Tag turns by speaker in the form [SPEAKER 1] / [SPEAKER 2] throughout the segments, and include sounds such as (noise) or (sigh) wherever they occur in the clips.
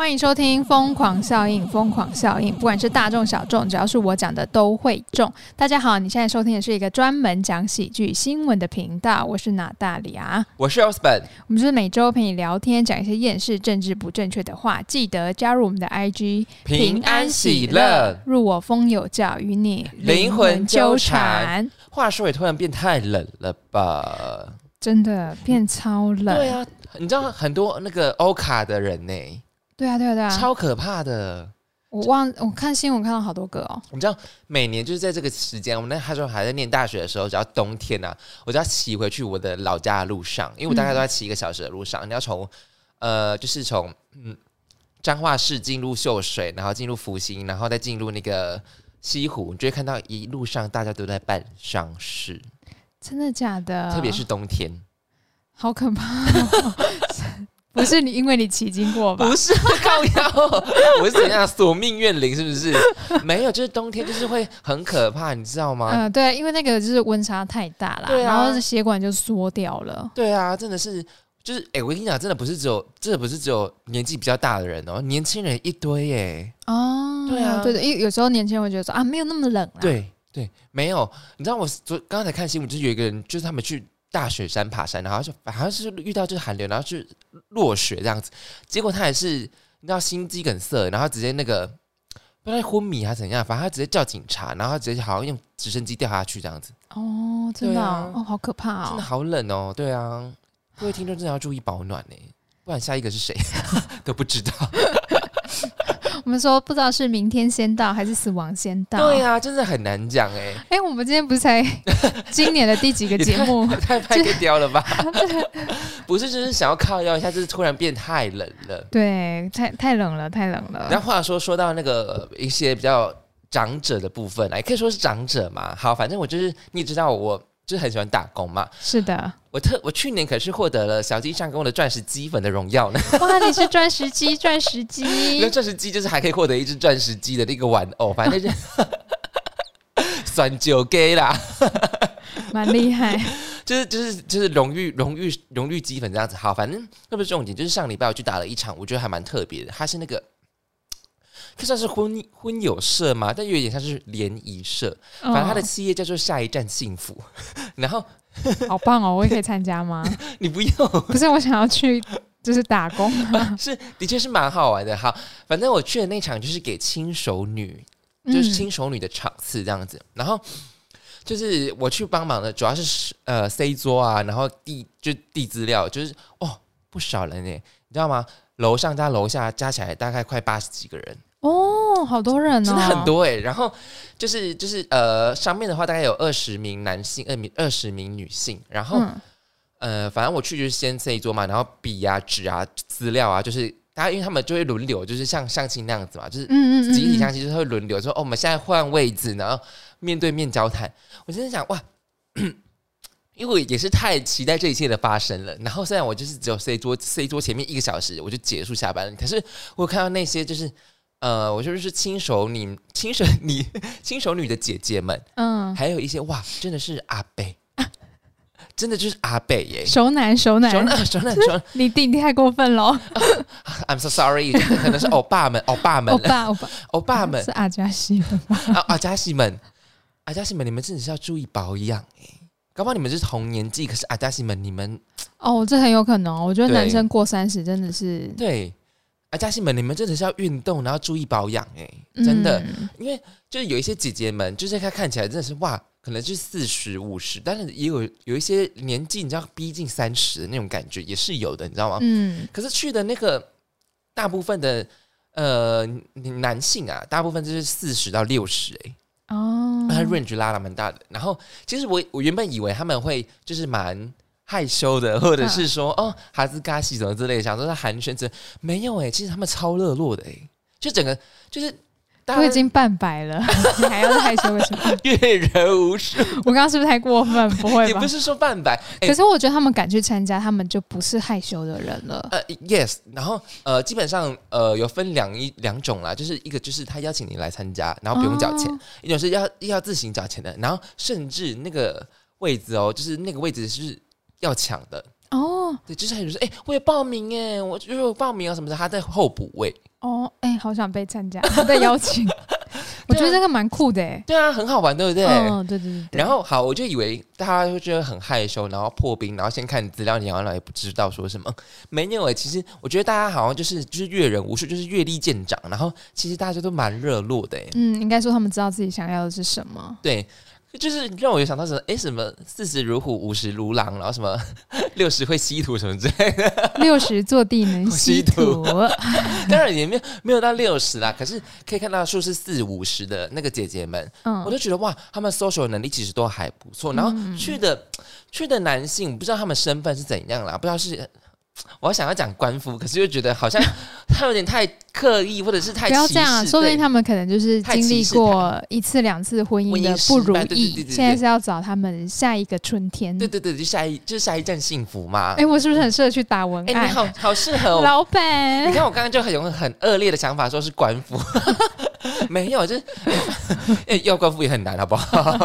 [SPEAKER 1] 欢迎收听《疯狂效应》，疯狂效应，不管是大众小众，只要是我讲的都会中。大家好，你现在收听的是一个专门讲喜剧新闻的频道，我是娜大里啊。
[SPEAKER 2] 我是 Osborn，
[SPEAKER 1] 我们就是每周陪你聊天，讲一些厌世、政治不正确的话。记得加入我们的 IG，
[SPEAKER 2] 平安喜乐。
[SPEAKER 1] 入我风有教，与你
[SPEAKER 2] 灵魂纠缠。话说也突然变太冷了吧？
[SPEAKER 1] 真的变超冷，
[SPEAKER 2] 对啊，你知道很多那个欧卡的人呢、
[SPEAKER 1] 对啊，对啊，对啊。
[SPEAKER 2] 超可怕的。
[SPEAKER 1] 我忘，我看新闻看到好多个哦，
[SPEAKER 2] 你知道每年就是在这个时间，我们那时候还在念大学的时候，只要冬天啊，我就要骑回去我的老家的路上，因为我大概都在骑一个小时的路上。你要从呃，就是从嗯彰化市进入秀水，然后进入福兴，然后再进入那个西湖，你就会看到一路上大家都在办丧事，
[SPEAKER 1] 真的假的？
[SPEAKER 2] 特别是冬天。
[SPEAKER 1] 好可怕、哦！ (laughs) 不是你因为你骑经过吧？
[SPEAKER 2] 不是 (laughs) 靠腰， (laughs) 我是怎样索命怨灵是不是？ (laughs) 没有，就是冬天就是会很可怕，你知道吗？
[SPEAKER 1] 嗯、对，因为那个就是温差太大啦，
[SPEAKER 2] 啊对啊
[SPEAKER 1] 然后血管就缩掉了。
[SPEAKER 2] 对啊，真的是，就是哎、我跟你讲，真的不是只有，这不是只有年纪比较大的人哦，年轻人一堆耶。
[SPEAKER 1] 哦，
[SPEAKER 2] 对啊
[SPEAKER 1] 对对，因为有时候年轻人会觉得说啊，没有那么冷啦。，
[SPEAKER 2] 对对，没有，你知道我昨刚才看新闻，就是有一个人，就是他们去。大雪山爬山，然后就好像是遇到就是寒流，然后去落雪这样子，结果他也是你知道心肌梗塞，然后直接那个不知道昏迷还是怎样，反正他直接叫警察，然后他直接好像用直升机掉下去这样子。
[SPEAKER 1] 哦，真的哦、
[SPEAKER 2] 对啊
[SPEAKER 1] 哦，好可怕
[SPEAKER 2] 真的
[SPEAKER 1] 哦。
[SPEAKER 2] 好冷哦，对啊，各位听众真的要注意保暖呢、不然下一个是谁都不知道。
[SPEAKER 1] 我们说不知道是明天先到还是死亡先到。
[SPEAKER 2] 对
[SPEAKER 1] 呀、
[SPEAKER 2] 啊，真的很难讲哎、
[SPEAKER 1] 哎、我们今天不是
[SPEAKER 2] (laughs)
[SPEAKER 1] 才今年的第几个
[SPEAKER 2] 也
[SPEAKER 1] 节
[SPEAKER 2] 太
[SPEAKER 1] 目？ (laughs)
[SPEAKER 2] 太拍个雕了吧？不是，就是想要靠腰一下，就是突然变太冷了。
[SPEAKER 1] 对，太太冷了，太冷了。
[SPEAKER 2] 然后话说，说到那个一些比较长者的部分，来啊可以说是长者嘛。好，反正我就是你也知道我。就是很喜欢打工嘛，
[SPEAKER 1] 是的，
[SPEAKER 2] 我特我去年可是获得了小鸡上工的钻石鸡粉的荣耀呢。
[SPEAKER 1] 哇，你是钻石鸡，钻石
[SPEAKER 2] 那
[SPEAKER 1] 鸡，
[SPEAKER 2] 钻石鸡就是还可以获得一只钻石鸡的那个玩偶，反正就是 (laughs) 算酒 gay 啦，
[SPEAKER 1] 蛮厉害。
[SPEAKER 2] 就是就是就是荣誉荣誉荣誉鸡粉这样子。好，反正那不是重点，就是上礼拜我去打了一场，我觉得还蛮特别的。它是那个，可以算是婚婚友社嘛，但又有点像是联谊社。反正它
[SPEAKER 1] 嗯
[SPEAKER 2] 的企业叫做下一站幸福。 (laughs) 然后
[SPEAKER 1] 哦、好棒哦，我也可以参加
[SPEAKER 2] (laughs)
[SPEAKER 1] 吗？
[SPEAKER 2] 你不用 (laughs)
[SPEAKER 1] 不是，我想要去就是打工。
[SPEAKER 2] 是，的确是蛮好玩的。好，反正我去的那场就是给轻熟女，
[SPEAKER 1] 嗯
[SPEAKER 2] 就是轻熟女的场次这样子。然后就是我去帮忙的，主要是呃 C 桌啊，然后递就递资料，就是哦不少人呢，你知道吗？楼上加楼下加起来大概快八十几个人，
[SPEAKER 1] 哦，好多人哦，
[SPEAKER 2] 真的很。多哎、然后就是就是呃，上面的话大概有二十名男性，二名二十名女性，然后、
[SPEAKER 1] 嗯，
[SPEAKER 2] 呃，反正我去就是先这一桌嘛，然后笔啊、纸啊、资料啊，就是大家因为他们就会轮流，就是像相亲那样子嘛，就是
[SPEAKER 1] 嗯嗯嗯，
[SPEAKER 2] 集体相
[SPEAKER 1] 嗯
[SPEAKER 2] 亲，就是会轮流说哦，我们现在换位置，然后面对面交谈。我真的想哇， (clears throat) 因为我也是太期待这一切的发生了。然后虽然我就是只有 C 桌，C 桌前面一个小时我就结束下班了，可是我看到那些就是。呃，我就是亲手你亲手 (laughs) 你亲手女的姐姐们，
[SPEAKER 1] 嗯，
[SPEAKER 2] 还有一些哇，真的是阿贝，真的就是阿贝
[SPEAKER 1] (laughs)
[SPEAKER 2] 耶，
[SPEAKER 1] 熟男熟男，
[SPEAKER 2] 熟男熟男熟男
[SPEAKER 1] 你弟弟太过分了，哦
[SPEAKER 2] ，I'm so sorry，可能是欧巴们、欧巴们
[SPEAKER 1] 欧、巴欧巴
[SPEAKER 2] 欧巴们
[SPEAKER 1] 是阿加西的吧？
[SPEAKER 2] 啊啊加西们、阿加西们，你们真的是要注意保养哎、搞不好你们是同年纪，可是阿加西们，你们
[SPEAKER 1] 哦，这很有可能哦，我觉得
[SPEAKER 2] 对
[SPEAKER 1] 男生过三十真的是
[SPEAKER 2] 对阿加西们，你们真的是要运动，然后注意保养哎、真的，
[SPEAKER 1] 嗯
[SPEAKER 2] 因为就是有一些姐姐们，就是她看起来真的是哇，可能就是四十五十，但是也有有一些年纪，你知道逼近三十的那种感觉也是有的，你知道吗？
[SPEAKER 1] 嗯，
[SPEAKER 2] 可是去的那个大部分的呃男性啊，大部分就是四十到六十、欸，
[SPEAKER 1] 哦，
[SPEAKER 2] 他 range 拉的蛮大的。然后其实我我原本以为他们会就是蛮害羞的，或者是
[SPEAKER 1] 嗯
[SPEAKER 2] 说、哦哈兹嘎西什么之类的，想说他寒暄之类，没有哎、其实他们超热络的哎、就整个就是大
[SPEAKER 1] 都已
[SPEAKER 2] 家
[SPEAKER 1] 经半百了，你还要害羞个什么？
[SPEAKER 2] 阅人无数，
[SPEAKER 1] 我刚刚是不是太过分？不会
[SPEAKER 2] 也
[SPEAKER 1] 吧
[SPEAKER 2] 不？是说半百，哎、
[SPEAKER 1] 可是我觉得他们敢去参加，他们就不是害羞的人了。
[SPEAKER 2] 呃，yes，然后呃，基本上呃有分两一两种啦，就是一个就是他邀请你来参加，然后不用缴钱；
[SPEAKER 1] 哦
[SPEAKER 2] 一种是要要自行缴钱的，然后甚至那个位置哦，就是那个位置是要抢的，
[SPEAKER 1] 哦，
[SPEAKER 2] 对，就是还有人说，哎、我也报名哎，我就有报名啊什么的，他在候补位，
[SPEAKER 1] 哦，哎、好想被参加，被邀
[SPEAKER 2] (laughs)
[SPEAKER 1] 请。我觉得这个蛮酷的、欸，
[SPEAKER 2] 对啊，很好玩，对不对？
[SPEAKER 1] 嗯，对对对对。
[SPEAKER 2] 然后好，我就以为大家会觉得很害羞，然后破冰，然后先看你资料，你好像也不知道说什么。没有诶，其实我觉得大家好像就是就是阅人无数，就是阅历见长，然后其实大家都蛮热络的诶。
[SPEAKER 1] 嗯，应该说他们知道自己想要的是什么。
[SPEAKER 2] 对，就是让我有想到什么，诶，哎什么四十如虎，五十如狼，然后什么 (laughs) 六十会吸土什么之类的。
[SPEAKER 1] 六十坐地
[SPEAKER 2] (laughs)
[SPEAKER 1] 能吸
[SPEAKER 2] 吸土
[SPEAKER 1] 土，
[SPEAKER 2] 当然也没有没有到六十啦，可是可以看到数是四五十的那个姐姐们，我
[SPEAKER 1] (laughs) 嗯，
[SPEAKER 2] 就觉得哇，他们 social 能力其实都还不错。然后去的、去的男性，我不知道他们身份是怎样啦，不知道是。我想要讲官夫，可是又觉
[SPEAKER 1] (laughs)
[SPEAKER 2] 得好像他有点太刻意，或者是太
[SPEAKER 1] 不要
[SPEAKER 2] 歧
[SPEAKER 1] 这样啊，
[SPEAKER 2] 视
[SPEAKER 1] 说不定
[SPEAKER 2] 对
[SPEAKER 1] 他们可能就是
[SPEAKER 2] 太
[SPEAKER 1] 经
[SPEAKER 2] 歧
[SPEAKER 1] 历
[SPEAKER 2] 视
[SPEAKER 1] 过一次两次婚姻
[SPEAKER 2] 婚
[SPEAKER 1] 的
[SPEAKER 2] 姻失
[SPEAKER 1] 不如
[SPEAKER 2] 败对对对对
[SPEAKER 1] 意，
[SPEAKER 2] 对
[SPEAKER 1] 现在是要找他们下一个春天。
[SPEAKER 2] 对对对，就下一就是下一站幸福嘛。
[SPEAKER 1] 哎、我是不是很适合去打文
[SPEAKER 2] 哎、
[SPEAKER 1] 案
[SPEAKER 2] 你？好好适合哦。
[SPEAKER 1] 老
[SPEAKER 2] 你
[SPEAKER 1] 板，
[SPEAKER 2] 看我刚刚就很有很恶劣的想法，说是官夫， (laughs) 没有，就是、 (laughs) 哎要官夫也很难，好不好？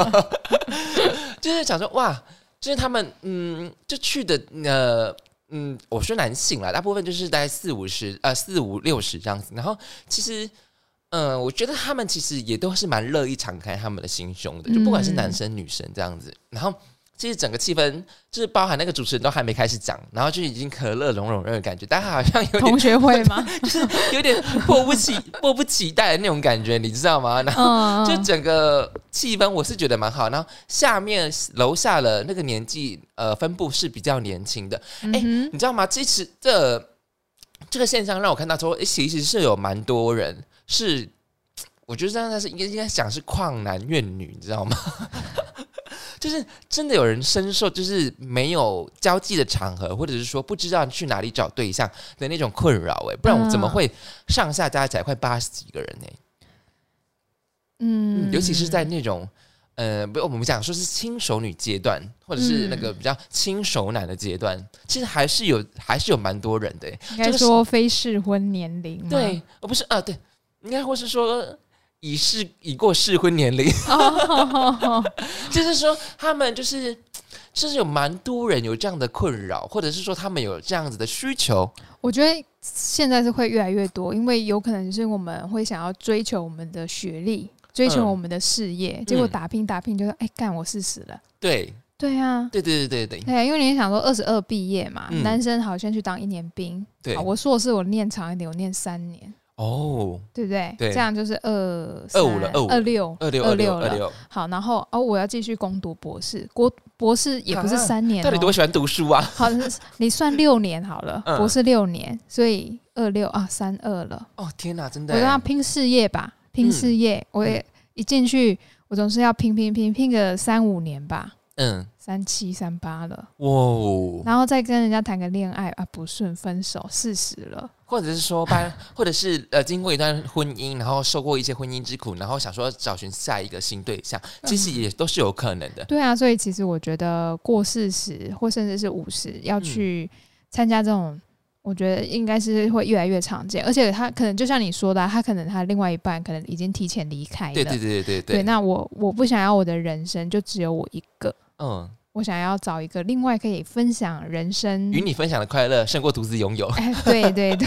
[SPEAKER 2] (laughs) 就是想说哇，就是他们嗯，就去的呃嗯，我说男性啦，大部分就是大概四五十呃四五六十这样子，然后其实。嗯，我觉得他们其实也都是蛮乐意敞开他们的心胸的，就不管是男生女生这样子。然后，其实整个气氛就是包含那个主持人都还没开始讲，然后就已经可乐融融的感觉，大家好像有点
[SPEAKER 1] 同学会吗？
[SPEAKER 2] 有点迫不及迫不及待的那种感觉，你知道吗？然后
[SPEAKER 1] 嗯，
[SPEAKER 2] (laughs) 就
[SPEAKER 1] 嗯
[SPEAKER 2] 整个气氛，我是觉得蛮好。然后下面楼下的那个年纪，呃，分布是比较年轻的，
[SPEAKER 1] 嗯哼
[SPEAKER 2] 你知道吗？这次这这个现象让我看到说，诶其实是有蛮多人是，我觉得这样是应该应该讲是旷男怨女，你知道吗？ (laughs) 就是真的有人深受就是没有交际的场合，或者是说不知道去哪里找对象的那种困扰，哎，不然我怎么
[SPEAKER 1] 嗯
[SPEAKER 2] 会上下加起来快八十几个人呢、
[SPEAKER 1] 嗯
[SPEAKER 2] 嗯，尤其是在那种。呃，不，我们讲说是轻熟女阶段，或者是那个比较轻熟男的阶段，其实还是有还是有蛮多人的耶。
[SPEAKER 1] 应该
[SPEAKER 2] 这个是
[SPEAKER 1] 说非适婚年龄吗， (laughs)
[SPEAKER 2] 对，呃，不是啊，对，应该或是说已适已过适婚年龄， (laughs)
[SPEAKER 1] 哦，
[SPEAKER 2] 就是说他们就是就是有蛮多人有这样的困扰，或者是说他们有这样子的需求，
[SPEAKER 1] 我觉得现在是会越来越多，因为有可能是我们会想要追求我们的学历，追求
[SPEAKER 2] 嗯
[SPEAKER 1] 我们的事业，结果打拼打拼就是，哎、干我四十了，
[SPEAKER 2] 对，
[SPEAKER 1] 对啊。
[SPEAKER 2] 对对对对对
[SPEAKER 1] 对啊，因为你想说二十二毕业嘛，
[SPEAKER 2] 嗯
[SPEAKER 1] 男生好像去当一年兵。
[SPEAKER 2] 对
[SPEAKER 1] 好，，我硕士我念长一点，我念三年，
[SPEAKER 2] 哦，
[SPEAKER 1] 对不对？
[SPEAKER 2] 对
[SPEAKER 1] 这样就是二
[SPEAKER 2] 25了
[SPEAKER 1] 二六
[SPEAKER 2] 二六
[SPEAKER 1] 二
[SPEAKER 2] 二六
[SPEAKER 1] 了
[SPEAKER 2] 二。六，
[SPEAKER 1] 好，然后哦，我要继续攻读博士，国博士也不是
[SPEAKER 2] 啊
[SPEAKER 1] 三年、哦
[SPEAKER 2] 到底多喜欢读书啊？
[SPEAKER 1] (laughs) 好，你算六年好了，
[SPEAKER 2] 嗯
[SPEAKER 1] 博士六年，所以二六啊，三二了。
[SPEAKER 2] 哦天哪，真
[SPEAKER 1] 我
[SPEAKER 2] 的
[SPEAKER 1] 就
[SPEAKER 2] 耶，
[SPEAKER 1] 要拼事业吧，拼
[SPEAKER 2] 嗯
[SPEAKER 1] 事业。我也一进去，我总是要拼拼拼拼个三五年吧，
[SPEAKER 2] 嗯，
[SPEAKER 1] 三七三八了，
[SPEAKER 2] 哇哦，
[SPEAKER 1] 然后再跟人家谈个恋爱啊，不顺分手，四十了。
[SPEAKER 2] 或者是说搬，或者是呃，经过一段婚姻，然后受过一些婚姻之苦，然后想说找寻下一个新对象，其
[SPEAKER 1] 嗯
[SPEAKER 2] 实也都是有可能的。
[SPEAKER 1] 对啊，所以其实我觉得过四十或甚至是五十要
[SPEAKER 2] 嗯
[SPEAKER 1] 去参加这种。我觉得应该是会越来越常见，而且他可能就像你说的啊、他可能他另外一半可能已经提前离开了，
[SPEAKER 2] 对对对对
[SPEAKER 1] 对，
[SPEAKER 2] 对，
[SPEAKER 1] 那我我不想要我的人生就只有我一个，
[SPEAKER 2] 嗯，
[SPEAKER 1] 我想要找一个另外可以分享人生。
[SPEAKER 2] 与你分享的快乐胜过独自拥有， (laughs)
[SPEAKER 1] 哎，对对对，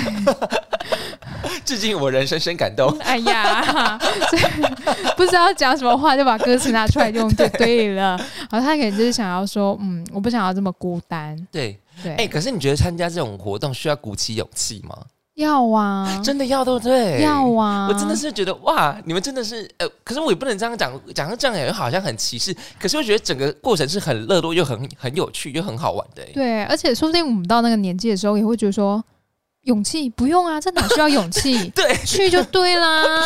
[SPEAKER 2] 致敬我人生深感动。
[SPEAKER 1] (laughs) 哎呀， (laughs) 所以不知道讲什么话就把歌词拿出来用就对了。好，他可能就是想要说，嗯，我不想要这么孤单。
[SPEAKER 2] (laughs) 对，
[SPEAKER 1] 对，
[SPEAKER 2] 哎、可是你觉得参加这种活动需要鼓起勇气吗？
[SPEAKER 1] 要啊，
[SPEAKER 2] (laughs) 真的要对不对？
[SPEAKER 1] 要啊，
[SPEAKER 2] 我真的是觉得哇，你们真的是呃，可是我也不能这样讲，讲成这样也好像很歧视。可是我觉得整个过程是很乐络又很很有趣又很好玩的、哎
[SPEAKER 1] 对，而且说不定我们到那个年纪的时候也会觉得说。勇气不用啊，这哪需要勇气？
[SPEAKER 2] (laughs) 对，
[SPEAKER 1] 去就对
[SPEAKER 2] (laughs)
[SPEAKER 1] 啦。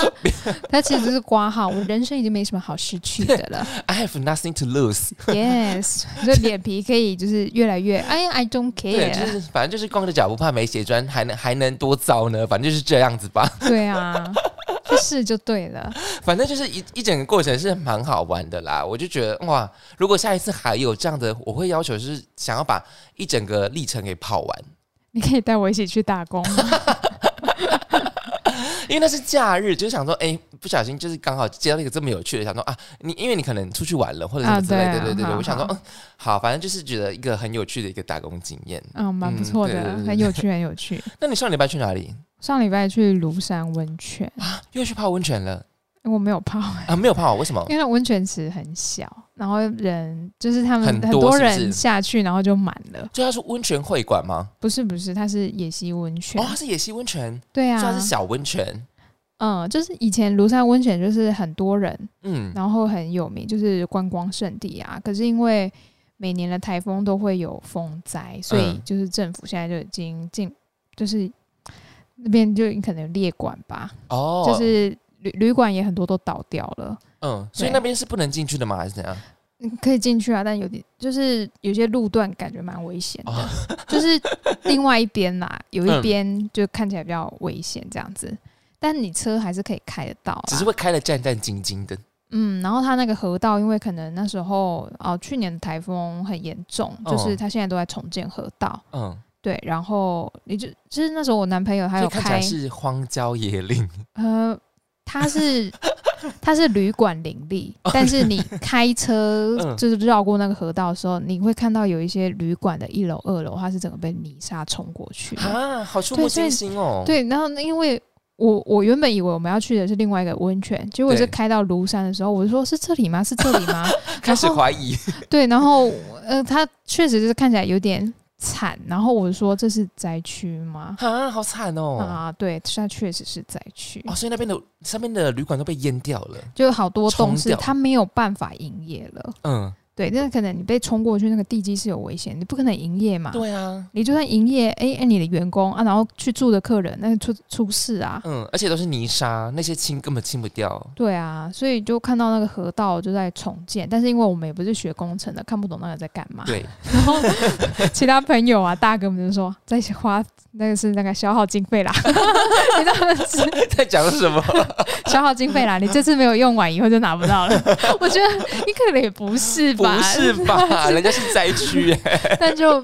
[SPEAKER 1] 他其实就是挂号，我人生已经没什么好失去的了。
[SPEAKER 2] ，I have nothing to lose。
[SPEAKER 1] Yes，所以脸皮可以就是越来越哎，I don't
[SPEAKER 2] 对，
[SPEAKER 1] care，
[SPEAKER 2] 就是反正就是光着脚不怕没鞋穿，还能还能多糟呢？反正就是这样子吧。
[SPEAKER 1] 对啊，去试就对了。
[SPEAKER 2] 反正就是一一整个过程是蛮好玩的啦。我就觉得哇，如果下一次还有这样的，我会要求是想要把一整个历程给跑完，
[SPEAKER 1] 你可以带我一起去打工吗，
[SPEAKER 2] 因为那是假日，就想说哎、不小心就是刚好接到一个这么有趣的，想说啊，你因为你可能出去玩了或者什
[SPEAKER 1] 啊
[SPEAKER 2] 么之类的，
[SPEAKER 1] 对啊
[SPEAKER 2] 对对对，
[SPEAKER 1] 好
[SPEAKER 2] 我想说，
[SPEAKER 1] 好
[SPEAKER 2] 嗯，好，反正就是觉得一个很有趣的一个打工经验。
[SPEAKER 1] 嗯，蛮不错
[SPEAKER 2] 嗯对
[SPEAKER 1] 的，
[SPEAKER 2] 对对
[SPEAKER 1] 很有趣，很有趣。
[SPEAKER 2] 那你上礼拜去哪里？
[SPEAKER 1] 上礼拜去庐山温泉，
[SPEAKER 2] 又去泡温泉了
[SPEAKER 1] 我没有泡，
[SPEAKER 2] 啊？没有泡，为什么？
[SPEAKER 1] 因为那温泉池很小，然后人就是他们
[SPEAKER 2] 很
[SPEAKER 1] 很
[SPEAKER 2] 多
[SPEAKER 1] 多
[SPEAKER 2] 是不
[SPEAKER 1] 人
[SPEAKER 2] 是
[SPEAKER 1] 下去，然后就满了。
[SPEAKER 2] 就它是温泉会馆吗？
[SPEAKER 1] 不是不是，它是野溪温泉，
[SPEAKER 2] 哦，它是野溪温泉，
[SPEAKER 1] 啊对
[SPEAKER 2] 虽
[SPEAKER 1] 啊
[SPEAKER 2] 然，是小温泉。
[SPEAKER 1] 嗯，就是以前庐山温泉就是很多人，
[SPEAKER 2] 嗯，
[SPEAKER 1] 然后很有名，就是观光胜地啊。可是因为每年的台风都会有风灾，所以
[SPEAKER 2] 嗯
[SPEAKER 1] 就是政府现在就已经进，就是那边就可能有列管吧，
[SPEAKER 2] 哦，
[SPEAKER 1] 就是旅旅馆也很多都倒掉了。
[SPEAKER 2] 嗯，所以
[SPEAKER 1] 对
[SPEAKER 2] 那边是不能进去的吗？还是怎样？
[SPEAKER 1] 你可以进去啊，但有点就是有些路段感觉蛮危险的，
[SPEAKER 2] 哦
[SPEAKER 1] 就是另外一边啦，
[SPEAKER 2] (laughs)
[SPEAKER 1] 有一
[SPEAKER 2] 嗯
[SPEAKER 1] 边就看起来比较危险这样子，但你车还是可以开得到啊啦，
[SPEAKER 2] (laughs) 只是会开的战战兢兢的。
[SPEAKER 1] 嗯，然后它那个河道，因为可能那时候哦，去年的台风很严重，
[SPEAKER 2] 哦
[SPEAKER 1] 就是它现在都在重建河道。
[SPEAKER 2] 嗯，
[SPEAKER 1] 对，然后你就就是那时候我男朋友还
[SPEAKER 2] 所以
[SPEAKER 1] 有
[SPEAKER 2] 看起来
[SPEAKER 1] 开，
[SPEAKER 2] 是荒郊野岭。
[SPEAKER 1] (laughs) 呃，他
[SPEAKER 2] (laughs)
[SPEAKER 1] 是他是旅馆林立，但是你开车
[SPEAKER 2] 哦嗯
[SPEAKER 1] 就是绕过那个河道的时候，你会看到有一些旅馆的一楼、二楼，它是整个被泥沙冲过去的。
[SPEAKER 2] 啊，好触
[SPEAKER 1] 对
[SPEAKER 2] 目
[SPEAKER 1] 所以
[SPEAKER 2] 惊心哦！
[SPEAKER 1] 对，然后那因为我我原本以为我们要去的是另外一个温泉，结果是
[SPEAKER 2] 对
[SPEAKER 1] 开到庐山的时候，我就说是这里吗？是这里吗？
[SPEAKER 2] 开始
[SPEAKER 1] 然后
[SPEAKER 2] 怀
[SPEAKER 1] (laughs)
[SPEAKER 2] 疑，
[SPEAKER 1] 对，然后呃，他确实就是看起来有点惨，然后我说这是灾区吗？
[SPEAKER 2] 啊，好惨哦！
[SPEAKER 1] 啊，对，它确实是灾区，
[SPEAKER 2] 哦，所以那边的上面的旅馆都被淹掉了。
[SPEAKER 1] 就有好多
[SPEAKER 2] 冲
[SPEAKER 1] 洞是
[SPEAKER 2] 掉
[SPEAKER 1] 它没有办法营业了。
[SPEAKER 2] 嗯，
[SPEAKER 1] 对，那可能你被冲过去，那个地基是有危险，你不可能营业嘛。
[SPEAKER 2] 对啊，
[SPEAKER 1] 你就算营业，哎、哎，你的员工啊，然后去住的客人，那出出事啊。
[SPEAKER 2] 嗯，而且都是泥沙，那些清根本清
[SPEAKER 1] (laughs)
[SPEAKER 2] 不掉。
[SPEAKER 1] 对啊，所以就看到那个河道就在重建，但是因为我们也不是学工程的，看不懂那个在干嘛。
[SPEAKER 2] 对， (laughs)
[SPEAKER 1] 然后 (laughs) 其他朋友啊，大哥们就说在花那个是那个消耗经费啦， (laughs) 你知道吗是
[SPEAKER 2] 在讲什么？
[SPEAKER 1] 消耗经费啦，你这次没有用完，以后就拿不到了。 (laughs) 我觉得你可能也不是
[SPEAKER 2] 不
[SPEAKER 1] 吧，
[SPEAKER 2] 是吧？ (laughs) 人家是
[SPEAKER 1] (laughs)
[SPEAKER 2] 灾区 (laughs) 耶。
[SPEAKER 1] 但就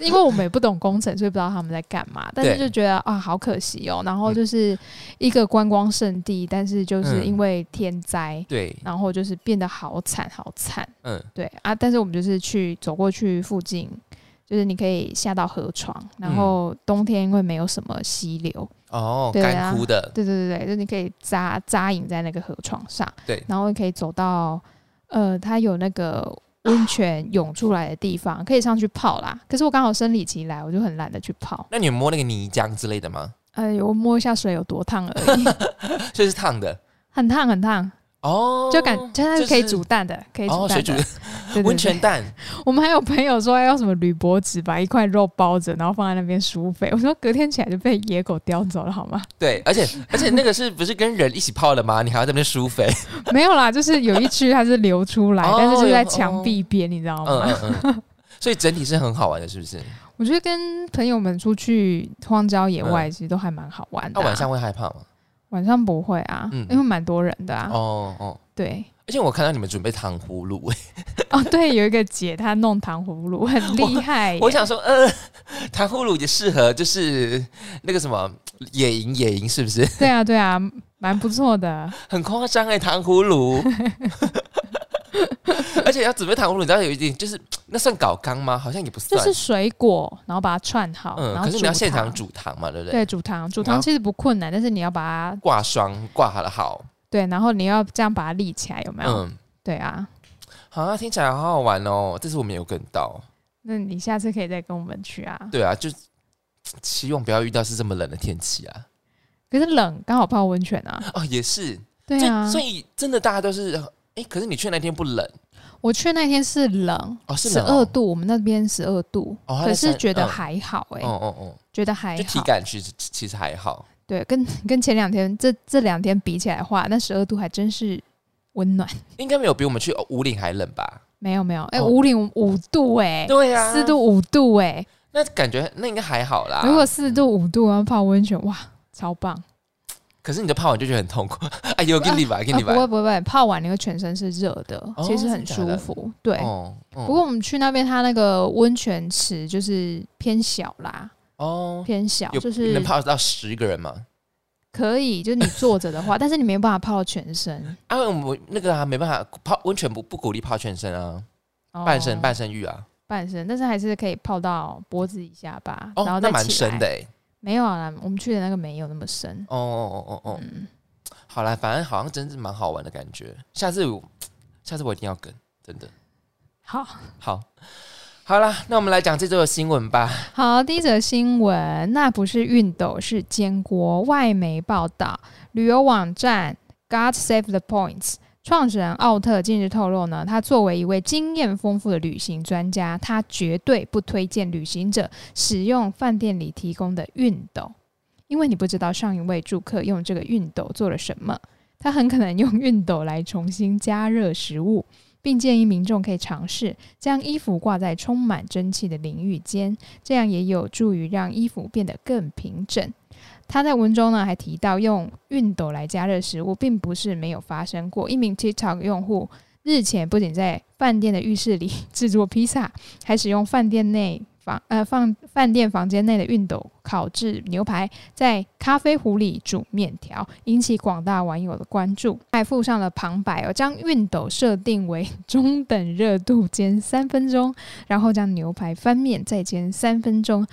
[SPEAKER 1] 因为我们也不懂工程，所以不知道他们在干嘛，但是
[SPEAKER 2] 对
[SPEAKER 1] 就觉得啊，好可惜哦。然后就是一个观光胜地，但是就是
[SPEAKER 2] 嗯
[SPEAKER 1] 因为天灾。
[SPEAKER 2] 对，
[SPEAKER 1] 然后就是变得好惨好惨，
[SPEAKER 2] 嗯，
[SPEAKER 1] 对啊，但是我们就是去走过去附近，就是你可以下到河床，然
[SPEAKER 2] 嗯
[SPEAKER 1] 后冬天因为没有什么溪流，
[SPEAKER 2] 哦，
[SPEAKER 1] 对啊
[SPEAKER 2] 干枯的，
[SPEAKER 1] 对对对对，就是你可以扎扎营在那个河床上，
[SPEAKER 2] 对
[SPEAKER 1] 然后可以走到呃，它有那个温
[SPEAKER 2] (sniffs)
[SPEAKER 1] 泉涌出来的地方，可以上去泡啦。可是我刚好生理期来，我就很懒得去泡，
[SPEAKER 2] 那你有摸那个泥浆之类的吗？ (laughs)
[SPEAKER 1] 哎呦，我摸一下水有多烫而已， (laughs)
[SPEAKER 2] 所以是烫的
[SPEAKER 1] 很烫很烫，
[SPEAKER 2] 哦，
[SPEAKER 1] 就感现在是可以
[SPEAKER 2] 就是
[SPEAKER 1] 煮蛋的，可以煮
[SPEAKER 2] 哦，水
[SPEAKER 1] 蛋
[SPEAKER 2] 煮
[SPEAKER 1] 的，对对
[SPEAKER 2] (laughs) 温
[SPEAKER 1] 对
[SPEAKER 2] 泉蛋，
[SPEAKER 1] 我们还有朋友说要用什么铝箔纸把一块肉包着，然后放在那边舒肥。我说隔天起来就被野狗叼走了，好吗？ (laughs)
[SPEAKER 2] 对，而且而且那个是不是跟人一起泡的吗？你还要在那边舒肥？
[SPEAKER 1] 没有啦，就是有一区它是流出来，
[SPEAKER 2] 哦
[SPEAKER 1] 但是就在
[SPEAKER 2] 有
[SPEAKER 1] 墙壁边，你知道
[SPEAKER 2] 嗯
[SPEAKER 1] 吗？
[SPEAKER 2] 嗯嗯，所以整体是很好玩的，是不是？
[SPEAKER 1] 我觉得跟朋友们出去荒郊野外，其实都还蛮好玩的
[SPEAKER 2] 嗯那
[SPEAKER 1] 啊、
[SPEAKER 2] 晚上会害怕吗？
[SPEAKER 1] 晚上不会啊，
[SPEAKER 2] 嗯
[SPEAKER 1] 因为蛮多人的啊。
[SPEAKER 2] 哦哦，
[SPEAKER 1] 对，
[SPEAKER 2] 而且我看到你们准备糖葫
[SPEAKER 1] (laughs)
[SPEAKER 2] 芦，
[SPEAKER 1] 哦对，有一个姐她弄糖葫芦很厉害耶
[SPEAKER 2] (laughs) 我想说，呃，糖葫芦也适合就是那个什么野营，野营是不是 (laughs)
[SPEAKER 1] 对啊对啊，蛮不错的。
[SPEAKER 2] 很夸张哎？糖
[SPEAKER 1] (laughs)
[SPEAKER 2] 葫芦，而且要准备糖葫芦，你知道有一点就是那算搞缸吗？好像也不
[SPEAKER 1] 就
[SPEAKER 2] 算，
[SPEAKER 1] 是水果，然后把它串好，
[SPEAKER 2] 嗯，
[SPEAKER 1] 然后
[SPEAKER 2] 可是你要
[SPEAKER 1] 煮
[SPEAKER 2] 现场
[SPEAKER 1] 糖
[SPEAKER 2] 煮糖嘛，对不对？
[SPEAKER 1] 对，煮糖，煮
[SPEAKER 2] 然
[SPEAKER 1] 糖
[SPEAKER 2] 后
[SPEAKER 1] 其实不困难，但是你要把它
[SPEAKER 2] 挂霜挂好了好，
[SPEAKER 1] 对，然后你要这样把它立起来，有没有？
[SPEAKER 2] 嗯。
[SPEAKER 1] 对啊，
[SPEAKER 2] 啊，听起来好好玩哦！这次我没有跟到，
[SPEAKER 1] 那你下次可以再跟我们去啊。
[SPEAKER 2] 对啊，就希望不要遇到是这么冷的天气啊。
[SPEAKER 1] 可是冷，刚好泡温泉啊。
[SPEAKER 2] 哦，也是，
[SPEAKER 1] 对啊，
[SPEAKER 2] 所以所以真的大家都是，哎，可是你去那天不冷
[SPEAKER 1] 我去那天是冷，
[SPEAKER 2] 哦是
[SPEAKER 1] 十
[SPEAKER 2] 冷
[SPEAKER 1] 二
[SPEAKER 2] 哦
[SPEAKER 1] 度，我们那边十二度，
[SPEAKER 2] 哦它
[SPEAKER 1] 可
[SPEAKER 2] 在
[SPEAKER 1] 是
[SPEAKER 2] 山
[SPEAKER 1] 觉得
[SPEAKER 2] 嗯
[SPEAKER 1] 还好哎、
[SPEAKER 2] 哦哦
[SPEAKER 1] 觉得
[SPEAKER 2] 哦，
[SPEAKER 1] 还
[SPEAKER 2] 就体
[SPEAKER 1] 好。
[SPEAKER 2] 感其实其实还好。
[SPEAKER 1] 对，跟跟前两天这这两天比起来的话，那十二度还真是温暖。
[SPEAKER 2] 应该没有比我们去哦五岭还冷吧？
[SPEAKER 1] 没有没有，哎、
[SPEAKER 2] 哦
[SPEAKER 1] 五零五度哎、
[SPEAKER 2] 对啊，
[SPEAKER 1] 四度五度哎、
[SPEAKER 2] 那感觉那应该还好啦。
[SPEAKER 1] 如果四度五度，然后泡温泉，哇，超棒！
[SPEAKER 2] 可是你就泡完就觉得很痛苦， (laughs) 哎呦，给你
[SPEAKER 1] (laughs)
[SPEAKER 2] 吧，给
[SPEAKER 1] 啊，
[SPEAKER 2] 你
[SPEAKER 1] 不
[SPEAKER 2] 吧。
[SPEAKER 1] 会不会不会，泡完你会全身是热的，
[SPEAKER 2] 哦
[SPEAKER 1] 其实很
[SPEAKER 2] 真
[SPEAKER 1] 舒
[SPEAKER 2] 的假的
[SPEAKER 1] 服。对，
[SPEAKER 2] 哦，
[SPEAKER 1] 啊不
[SPEAKER 2] 不
[SPEAKER 1] 过我们去那边，它那个温泉池就是偏小啦，
[SPEAKER 2] 哦，
[SPEAKER 1] 偏小，
[SPEAKER 2] 有
[SPEAKER 1] 就是
[SPEAKER 2] 能泡到十个人吗？
[SPEAKER 1] 可以，就是你坐着的
[SPEAKER 2] (laughs)
[SPEAKER 1] 话，但是你没有办法泡到全身，
[SPEAKER 2] 啊，我那个啊没办法泡温泉不不鼓励泡全身啊，
[SPEAKER 1] 哦
[SPEAKER 2] 半身半身浴啊，
[SPEAKER 1] 半身，但是还是可以泡到脖子以下吧，
[SPEAKER 2] 哦
[SPEAKER 1] 然后，再
[SPEAKER 2] 那蛮
[SPEAKER 1] 起来
[SPEAKER 2] 深的。哎，
[SPEAKER 1] 没有啊，我们去的那个没有那么深。
[SPEAKER 2] 哦哦哦哦哦，
[SPEAKER 1] 嗯，
[SPEAKER 2] 好啦，反正好像真是蛮好玩的感觉，下次我下次我一定要跟，真的
[SPEAKER 1] 好
[SPEAKER 2] 好。好啦，那我们来讲这周的新闻吧。 (laughs)
[SPEAKER 1] 好，第一则新闻，那不是熨斗，是煎锅。外媒报道，旅游网站 God Save the Points 创始人奥特近日透露呢，他作为一位经验丰富的旅行专家，他绝对不推荐旅行者使用饭店里提供的熨斗，因为你不知道上一位住客用这个熨斗做了什么，他很可能用熨斗来重新加热食物。并建议民众可以尝试将衣服挂在充满蒸汽的淋浴间，这样也有助于让衣服变得更平整。他在文中呢还提到，用熨斗来加热食物并不是没有发生过。一名 TikTok 用户日前不仅在饭店的浴室里制作披萨，还使用饭店内房呃放饭店房间内的熨斗烤制牛排，在咖啡壶里煮面条，引起广大网友的关注。还附上了旁白哦，将熨斗设定为 (laughs) 中等热度煎三分钟，然后将牛排翻面再煎三分钟。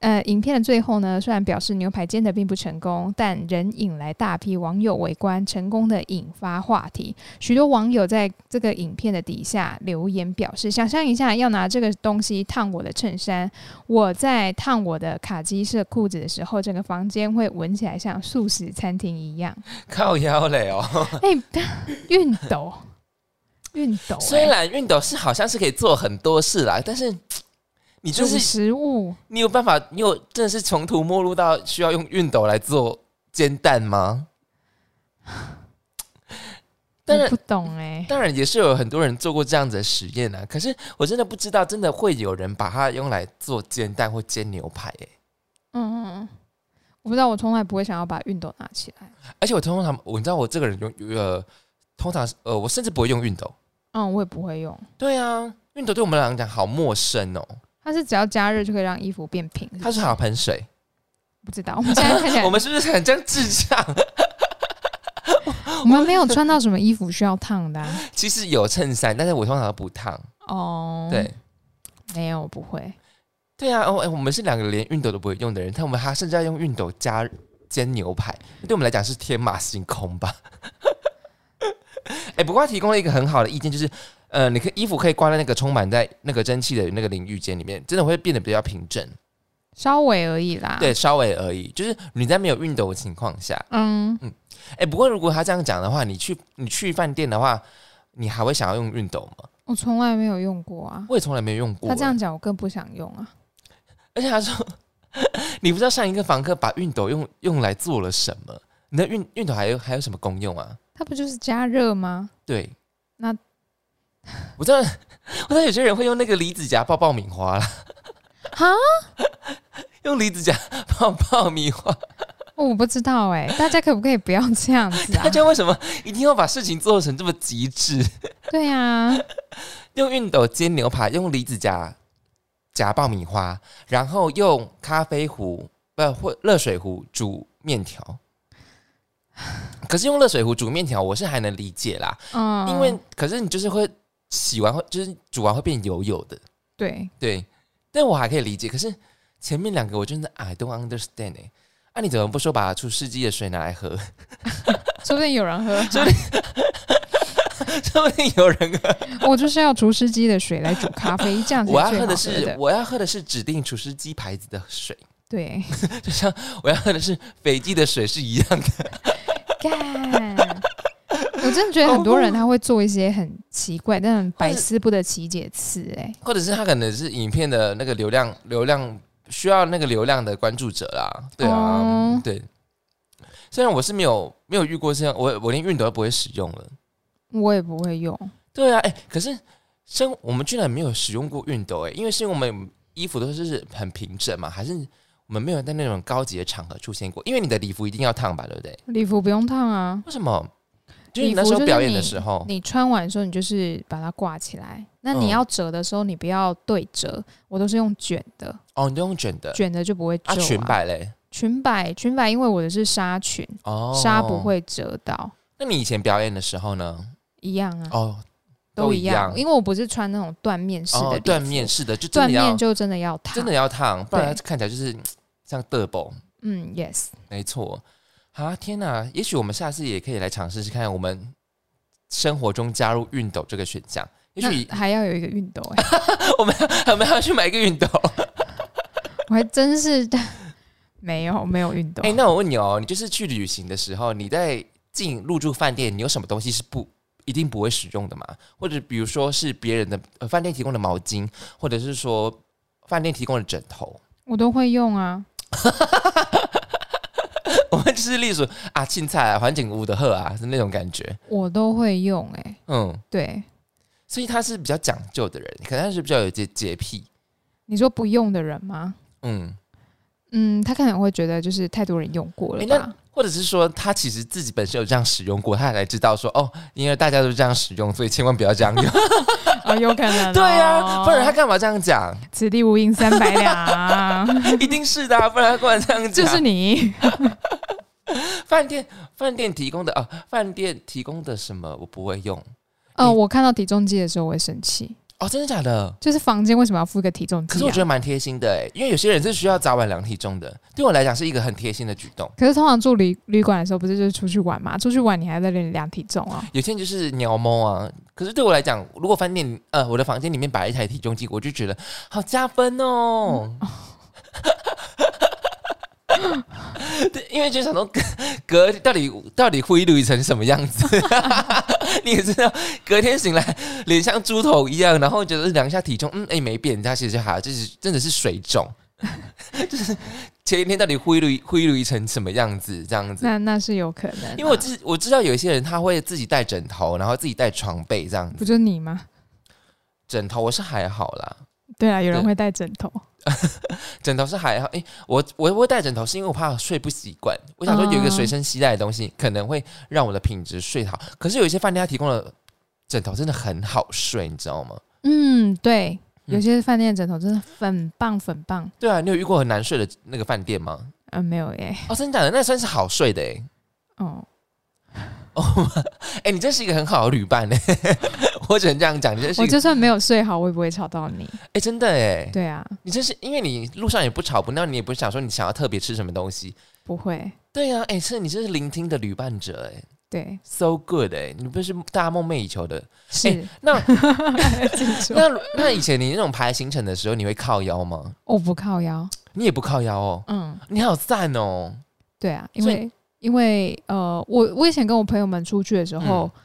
[SPEAKER 1] 呃，影片的最后呢，虽然表示牛排煎的并不成功，但仍引来大批网友围观，成功的引发话题。许多网友在这个影片的底下留言表示：想象一下，要拿这个东西烫我的衬衫，我在烫我的卡基色裤子的时候，整个房间会闻起来像素食餐厅一
[SPEAKER 2] (laughs)
[SPEAKER 1] 样。
[SPEAKER 2] 靠腰
[SPEAKER 1] (laughs)
[SPEAKER 2] 嘞哦，
[SPEAKER 1] 哎、熨斗，熨斗、
[SPEAKER 2] 虽
[SPEAKER 1] 欸，
[SPEAKER 2] 然熨斗是好像是可以做很多事啦，但是你就
[SPEAKER 1] 煮
[SPEAKER 2] 是
[SPEAKER 1] 食物。
[SPEAKER 2] 你有办法，你有真的是穷途末路到需要用熨斗来做煎
[SPEAKER 1] (laughs)
[SPEAKER 2] 蛋吗？当然
[SPEAKER 1] 我不，懂哎、
[SPEAKER 2] 当然也是有很多人做过这样子的实验啊。可是我真的不知道，真的会有人把它用来做煎蛋或煎牛排欸诶、
[SPEAKER 1] 嗯，嗯嗯，我不知道，我从来不会想要把熨斗拿起来。
[SPEAKER 2] 而且我通常，我你知道我这个人用呃，通常是呃，我甚至不会用熨斗。
[SPEAKER 1] 嗯，我也不会用。
[SPEAKER 2] 对啊，熨斗对我们来讲好陌生哦，
[SPEAKER 1] 它是只要加热就可以让衣服变平，
[SPEAKER 2] 它是好像喷水。
[SPEAKER 1] 不知道。
[SPEAKER 2] (laughs)
[SPEAKER 1] 我们现在看起来，
[SPEAKER 2] 我们是不是很像智障？ (laughs)
[SPEAKER 1] 我们没有穿到什么衣服需要烫的啊、
[SPEAKER 2] 其实有衬衫，但是我通常都不烫。
[SPEAKER 1] 哦，
[SPEAKER 2] 对，，
[SPEAKER 1] 没有，我不会。
[SPEAKER 2] 对啊，哦，哎，我们是两个连熨斗都不会用的人，但我们还甚至要用熨斗加煎牛排，对我们来讲是天马行空吧？哎，不过他提供了一个很好的意见，就是，呃，你可以衣服可以挂在那个充满在那个蒸汽的那个淋浴间里面，真的会变得比较平整，
[SPEAKER 1] 稍微而已啦。
[SPEAKER 2] 对，，稍微而已。就是你在没有熨斗的情况下，
[SPEAKER 1] 嗯，
[SPEAKER 2] 哎，不过如果他这样讲的话，你去你去饭店的话，你还会想要用熨斗吗？
[SPEAKER 1] 我从来没有用过啊。
[SPEAKER 2] 我也从来没用过。
[SPEAKER 1] 他这样讲，我更不想用啊。
[SPEAKER 2] 而且他说， (laughs) 你不知道上一个房客把熨斗用用来做了什么？你的熨熨斗还有还有什么功用啊？
[SPEAKER 1] 它不就是加热吗？
[SPEAKER 2] 对，
[SPEAKER 1] 那
[SPEAKER 2] (laughs) 我知道， (laughs) 我知道有些人会用那个离子夹爆爆米花啦，
[SPEAKER 1] (laughs) 哈，
[SPEAKER 2] (laughs) 用离子夹爆爆米花。
[SPEAKER 1] 啊我不知道哎、大家可不可以不要这样子啊
[SPEAKER 2] (laughs) 大？家为什么一定要把事情做成这么极致？
[SPEAKER 1] 对啊，
[SPEAKER 2] 用熨斗煎牛排，用离子夹夹爆米花，然后用咖啡壶不或热水壶煮面条。可是用热水壶煮面条，我是还能理解啦，
[SPEAKER 1] 嗯，
[SPEAKER 2] 因为可是你就是会洗完会就是煮完会变油油的，
[SPEAKER 1] 对，
[SPEAKER 2] 对，但我还可以理解。可是前面两个我真的 I don't understand 哎、那、你怎么不说把除湿机的水拿来喝？ (laughs)
[SPEAKER 1] 说不定有人喝，
[SPEAKER 2] 说不定有人喝。 (laughs)
[SPEAKER 1] 我就是要除湿机的水来煮咖啡，这样子
[SPEAKER 2] 我要
[SPEAKER 1] 最
[SPEAKER 2] 喝
[SPEAKER 1] 好
[SPEAKER 2] 的
[SPEAKER 1] 的
[SPEAKER 2] 是我要喝的是指定除湿机牌子的水，
[SPEAKER 1] 对，
[SPEAKER 2] 就像我要喝的是斐济的水是一样的。
[SPEAKER 1] 干。我真的觉得很
[SPEAKER 2] (laughs)
[SPEAKER 1] 多人他会做一些很奇怪但很百思不得其解的事、哎，
[SPEAKER 2] (laughs) 或者是他可能是影片的那个流量流量需要那个流量的关注者啦，对啊，
[SPEAKER 1] 哦
[SPEAKER 2] 嗯对。虽然我是没有没有遇过这样，我我连熨斗都不会使用了。
[SPEAKER 1] 我也不会用。
[SPEAKER 2] 对啊，哎、可是生我们居然没有使用过熨斗、哎，因为是因为我们衣服都是很平整嘛，还是我们没有在那种高级的场合出现过？因为你的礼服一定要烫吧，对不对？
[SPEAKER 1] 礼服不用烫啊，
[SPEAKER 2] 为什么？就是
[SPEAKER 1] 礼
[SPEAKER 2] 你
[SPEAKER 1] 服
[SPEAKER 2] 那时
[SPEAKER 1] 就
[SPEAKER 2] 候
[SPEAKER 1] 是
[SPEAKER 2] 表演的
[SPEAKER 1] 你
[SPEAKER 2] 时候，
[SPEAKER 1] 你穿完的时候你就是把它挂起来。那
[SPEAKER 2] 嗯
[SPEAKER 1] 你要折的时候，你不要对折，我都是用卷的，
[SPEAKER 2] 哦，你都用卷的，
[SPEAKER 1] 卷的就不会皱、
[SPEAKER 2] 啊，裙摆嘞，
[SPEAKER 1] 裙摆，裙摆因为我的是纱裙，
[SPEAKER 2] 哦，
[SPEAKER 1] 纱不。会折到，
[SPEAKER 2] 那你以前表演的时候呢？
[SPEAKER 1] 一样啊，
[SPEAKER 2] 哦，
[SPEAKER 1] 都
[SPEAKER 2] 一样
[SPEAKER 1] 因为我不是穿那种缎面式的
[SPEAKER 2] 哦
[SPEAKER 1] 礼，服
[SPEAKER 2] 缎面，是的，就真
[SPEAKER 1] 缎
[SPEAKER 2] 的要
[SPEAKER 1] 面就真的要烫，
[SPEAKER 2] 真的要烫，不然
[SPEAKER 1] 对
[SPEAKER 2] 看起来就是嗯像 double。
[SPEAKER 1] 嗯，yes，
[SPEAKER 2] 没错，啊，天哪！也许我们下次也可以来尝试试看，我们生活中加入熨斗这个选项。也
[SPEAKER 1] 那
[SPEAKER 2] 许
[SPEAKER 1] 还要有一个熨斗哎、 (laughs)
[SPEAKER 2] (laughs) 我们要去买一个熨斗。
[SPEAKER 1] 我还真是 (laughs) 没有没有熨斗，
[SPEAKER 2] 哎、那我问你哦，你就是去旅行的时候，你在进入住饭店，你有什么东西是不一定不会使用的吗？或者比如说是别人的呃饭店提供的毛巾，或者是说饭店提供的枕头，
[SPEAKER 1] 我都会用啊，
[SPEAKER 2] (laughs) 我们就是例如啊，青菜啊，环境屋的鹤啊，是那种感觉。
[SPEAKER 1] 我都会用哎、
[SPEAKER 2] 嗯，
[SPEAKER 1] 对，
[SPEAKER 2] 所以他是比较讲究的人，可能他是比较有洁洁癖。
[SPEAKER 1] 你说不用的人吗？
[SPEAKER 2] 嗯。
[SPEAKER 1] 嗯，他可能会觉得就是太多人用过了
[SPEAKER 2] 诶
[SPEAKER 1] 吧。
[SPEAKER 2] 哎
[SPEAKER 1] (laughs)
[SPEAKER 2] 那或者是说他其实自己本身有这样使用过，他才知道说哦，因为大家都这样使用，所以千万不要这样
[SPEAKER 1] (laughs)
[SPEAKER 2] 用。
[SPEAKER 1] 啊，有可能、
[SPEAKER 2] (laughs) 对
[SPEAKER 1] 哦
[SPEAKER 2] 啊，不然他干嘛这样讲？
[SPEAKER 1] 此地无银三百
[SPEAKER 2] (laughs)
[SPEAKER 1] 两，
[SPEAKER 2] 一定是的啊、不然他干嘛这样
[SPEAKER 1] 就
[SPEAKER 2] 讲？
[SPEAKER 1] 是你。
[SPEAKER 2] (laughs) 饭店饭店提供的啊，饭店提供的什么我不会用
[SPEAKER 1] 呃，
[SPEAKER 2] 你
[SPEAKER 1] 我看到体重计的时候，我会生气，
[SPEAKER 2] 哦，真的假的？
[SPEAKER 1] 就是房间为什么要附一个体重计、啊？
[SPEAKER 2] 可是我觉得蛮贴心的哎，因为有些人是需要早晚量体重的，对我来讲是一个很贴心的举动。
[SPEAKER 1] 可是通常住旅旅馆的时候，不是就是出去玩嘛？出去玩你还在那里量体重啊？
[SPEAKER 2] 有些人就是鸟猫啊，可是对我来讲，如果饭店呃我的房间里面摆一台体重机，我就觉得好加分哦。 (laughs) 对，因为就想说隔隔到底到底会议旅程是什么样子， (laughs) 你也知道，隔天醒来脸像猪头一样，然后觉得量一下体重，嗯，哎、没变，它其实还就是真的是水肿， (laughs) 就是前一天到底会议旅会议旅程什么样子这样子，
[SPEAKER 1] 那那是有可能啊、
[SPEAKER 2] 因为我知我知道有一些人他会自己带枕头，然后自己带床被这样子。
[SPEAKER 1] 不就你吗？
[SPEAKER 2] 枕头我是还好啦，
[SPEAKER 1] 对啊，有人
[SPEAKER 2] 对
[SPEAKER 1] 会带枕头。
[SPEAKER 2] 枕头是还好。诶，我我会带枕头是因为我怕睡不习惯。我想说有一个随
[SPEAKER 1] 哦
[SPEAKER 2] 身携带的东西，可能会让我的品质睡好。可是有一些饭店它提供的枕头真的很好睡，你知道吗？
[SPEAKER 1] 嗯，对，
[SPEAKER 2] 嗯
[SPEAKER 1] 有些饭店的枕头真的很棒，很棒。
[SPEAKER 2] 对啊，你有遇过很难睡的那个饭店吗？
[SPEAKER 1] 嗯，没有耶。
[SPEAKER 2] 哦，真的假的？那算是好睡的诶。
[SPEAKER 1] 哦，
[SPEAKER 2] 诶，你真是一个很好的旅伴诶， (laughs) 我只能这样讲，你真是
[SPEAKER 1] 我
[SPEAKER 2] 一个
[SPEAKER 1] 就算没有睡好，我也不会吵到你。
[SPEAKER 2] 诶，真的诶，
[SPEAKER 1] 对啊，
[SPEAKER 2] 你真是因为你路上也不吵不闹，你也不是想说你想要特别吃什么东西，
[SPEAKER 1] 不会。
[SPEAKER 2] 对呀、啊，哎、是你这是聆听的旅伴者、哎
[SPEAKER 1] 对，
[SPEAKER 2] ，so good，哎、你不是大家梦寐以求的。
[SPEAKER 1] 是、
[SPEAKER 2] 那
[SPEAKER 1] (laughs) 记住，
[SPEAKER 2] 那那以前你那种排行程的时候，你会靠腰吗？
[SPEAKER 1] (laughs) 我不靠腰。
[SPEAKER 2] 你也不靠腰哦，
[SPEAKER 1] 嗯，
[SPEAKER 2] 你好赞哦，
[SPEAKER 1] 对啊，因
[SPEAKER 2] 所以
[SPEAKER 1] 为因为呃，我我以前跟我朋友们出去的时候，
[SPEAKER 2] 嗯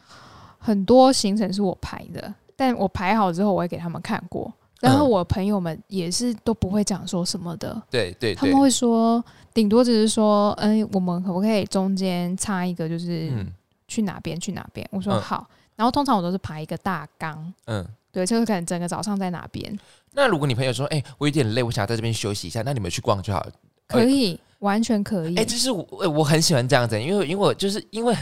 [SPEAKER 1] 很多行程是我排的，但我排好之后，我会给他们看过。然后
[SPEAKER 2] 嗯
[SPEAKER 1] 我朋友们也是都不会讲说什么的，
[SPEAKER 2] 对对
[SPEAKER 1] 他
[SPEAKER 2] 对
[SPEAKER 1] 们，会说，顶多只是说，嗯，我们可不可以中间插一个，就是
[SPEAKER 2] 嗯
[SPEAKER 1] 去哪边去哪边？我说
[SPEAKER 2] 嗯
[SPEAKER 1] 好。然后通常我都是排一个大纲，
[SPEAKER 2] 嗯。
[SPEAKER 1] 对，就是可能整个早上在哪
[SPEAKER 2] 哎
[SPEAKER 1] 边，
[SPEAKER 2] 那如果你朋友说，哎、我有点累，我想要在这边休息一下，那你们去逛就好了。
[SPEAKER 1] 可以，完全可以。
[SPEAKER 2] 哎、这是我、哎我很喜欢这样子，因为因为我就是因为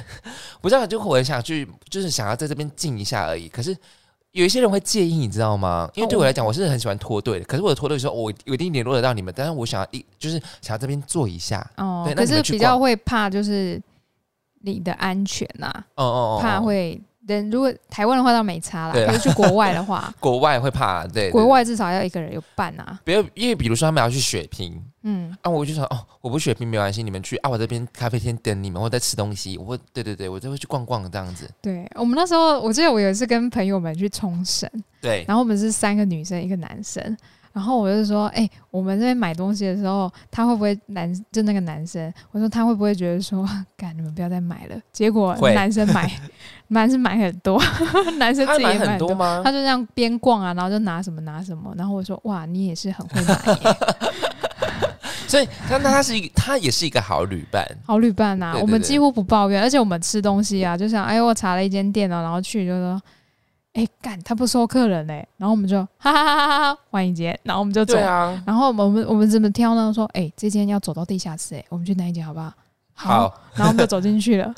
[SPEAKER 2] 我知道，就我很想去，就是想要在这边静一下而已。可是有一些人会介意，你知道吗？因为对
[SPEAKER 1] 哦
[SPEAKER 2] 我来讲，我是很喜欢脱队的。可是我的脱队的时候，我我一定联络得到你们，但是我想要一就是想要这边坐一下。
[SPEAKER 1] 哦
[SPEAKER 2] 对，那
[SPEAKER 1] 可
[SPEAKER 2] 你
[SPEAKER 1] 是
[SPEAKER 2] 们去
[SPEAKER 1] 比较会怕就是你的安全啊呐、
[SPEAKER 2] 哦哦哦，
[SPEAKER 1] 怕
[SPEAKER 2] 哦
[SPEAKER 1] 会人如果台湾的话倒没差啦，
[SPEAKER 2] 对啦，
[SPEAKER 1] 可是去国外的话
[SPEAKER 2] 国外会怕， (laughs) 对，对
[SPEAKER 1] 国。外至少要一个人有伴啊。
[SPEAKER 2] 不要，因为比如说他们要去血拼
[SPEAKER 1] 嗯，
[SPEAKER 2] 啊，我就想哦，我不血拼没关系，你们去啊，我这边咖啡厅等你们，我在吃东西，我会对对对，我就会去逛逛这样子。
[SPEAKER 1] 对我们那时候，我记得我有一次跟朋友们去冲绳，
[SPEAKER 2] 对，
[SPEAKER 1] 然后我们是三个女生一个男生，然后我就说，哎、我们这边买东西的时候，他会不会男就那个男生，我说他会不会觉得说， (laughs) 干你们不要再买了？结果
[SPEAKER 2] 会
[SPEAKER 1] 男生
[SPEAKER 2] (laughs)
[SPEAKER 1] 买，男生买很多， (laughs) 男生自
[SPEAKER 2] 他
[SPEAKER 1] 己也
[SPEAKER 2] 买
[SPEAKER 1] 买
[SPEAKER 2] 很
[SPEAKER 1] 很
[SPEAKER 2] 多吗
[SPEAKER 1] 他？就这样边逛啊，然后就拿什么拿什么，然后我说哇，你也是很会买耶，
[SPEAKER 2] 所以他那他是一个，他也是一个好旅伴。
[SPEAKER 1] 好旅伴呐、
[SPEAKER 2] 对对
[SPEAKER 1] 我们
[SPEAKER 2] 对
[SPEAKER 1] 几乎不抱怨，而且我们吃东西啊，就想哎呦，我查了一间店哦，然后去就说，哎干，他不收客人嘞、然后我们就哈哈哈哈哈哈，换一间，然后我们就走
[SPEAKER 2] 对啊，
[SPEAKER 1] 然后我们我们怎么挑呢？说，哎、这间要走到地下室、哎，我们去那一间好不好？
[SPEAKER 2] 好，
[SPEAKER 1] 然后我们就走进去
[SPEAKER 2] (laughs)
[SPEAKER 1] 了。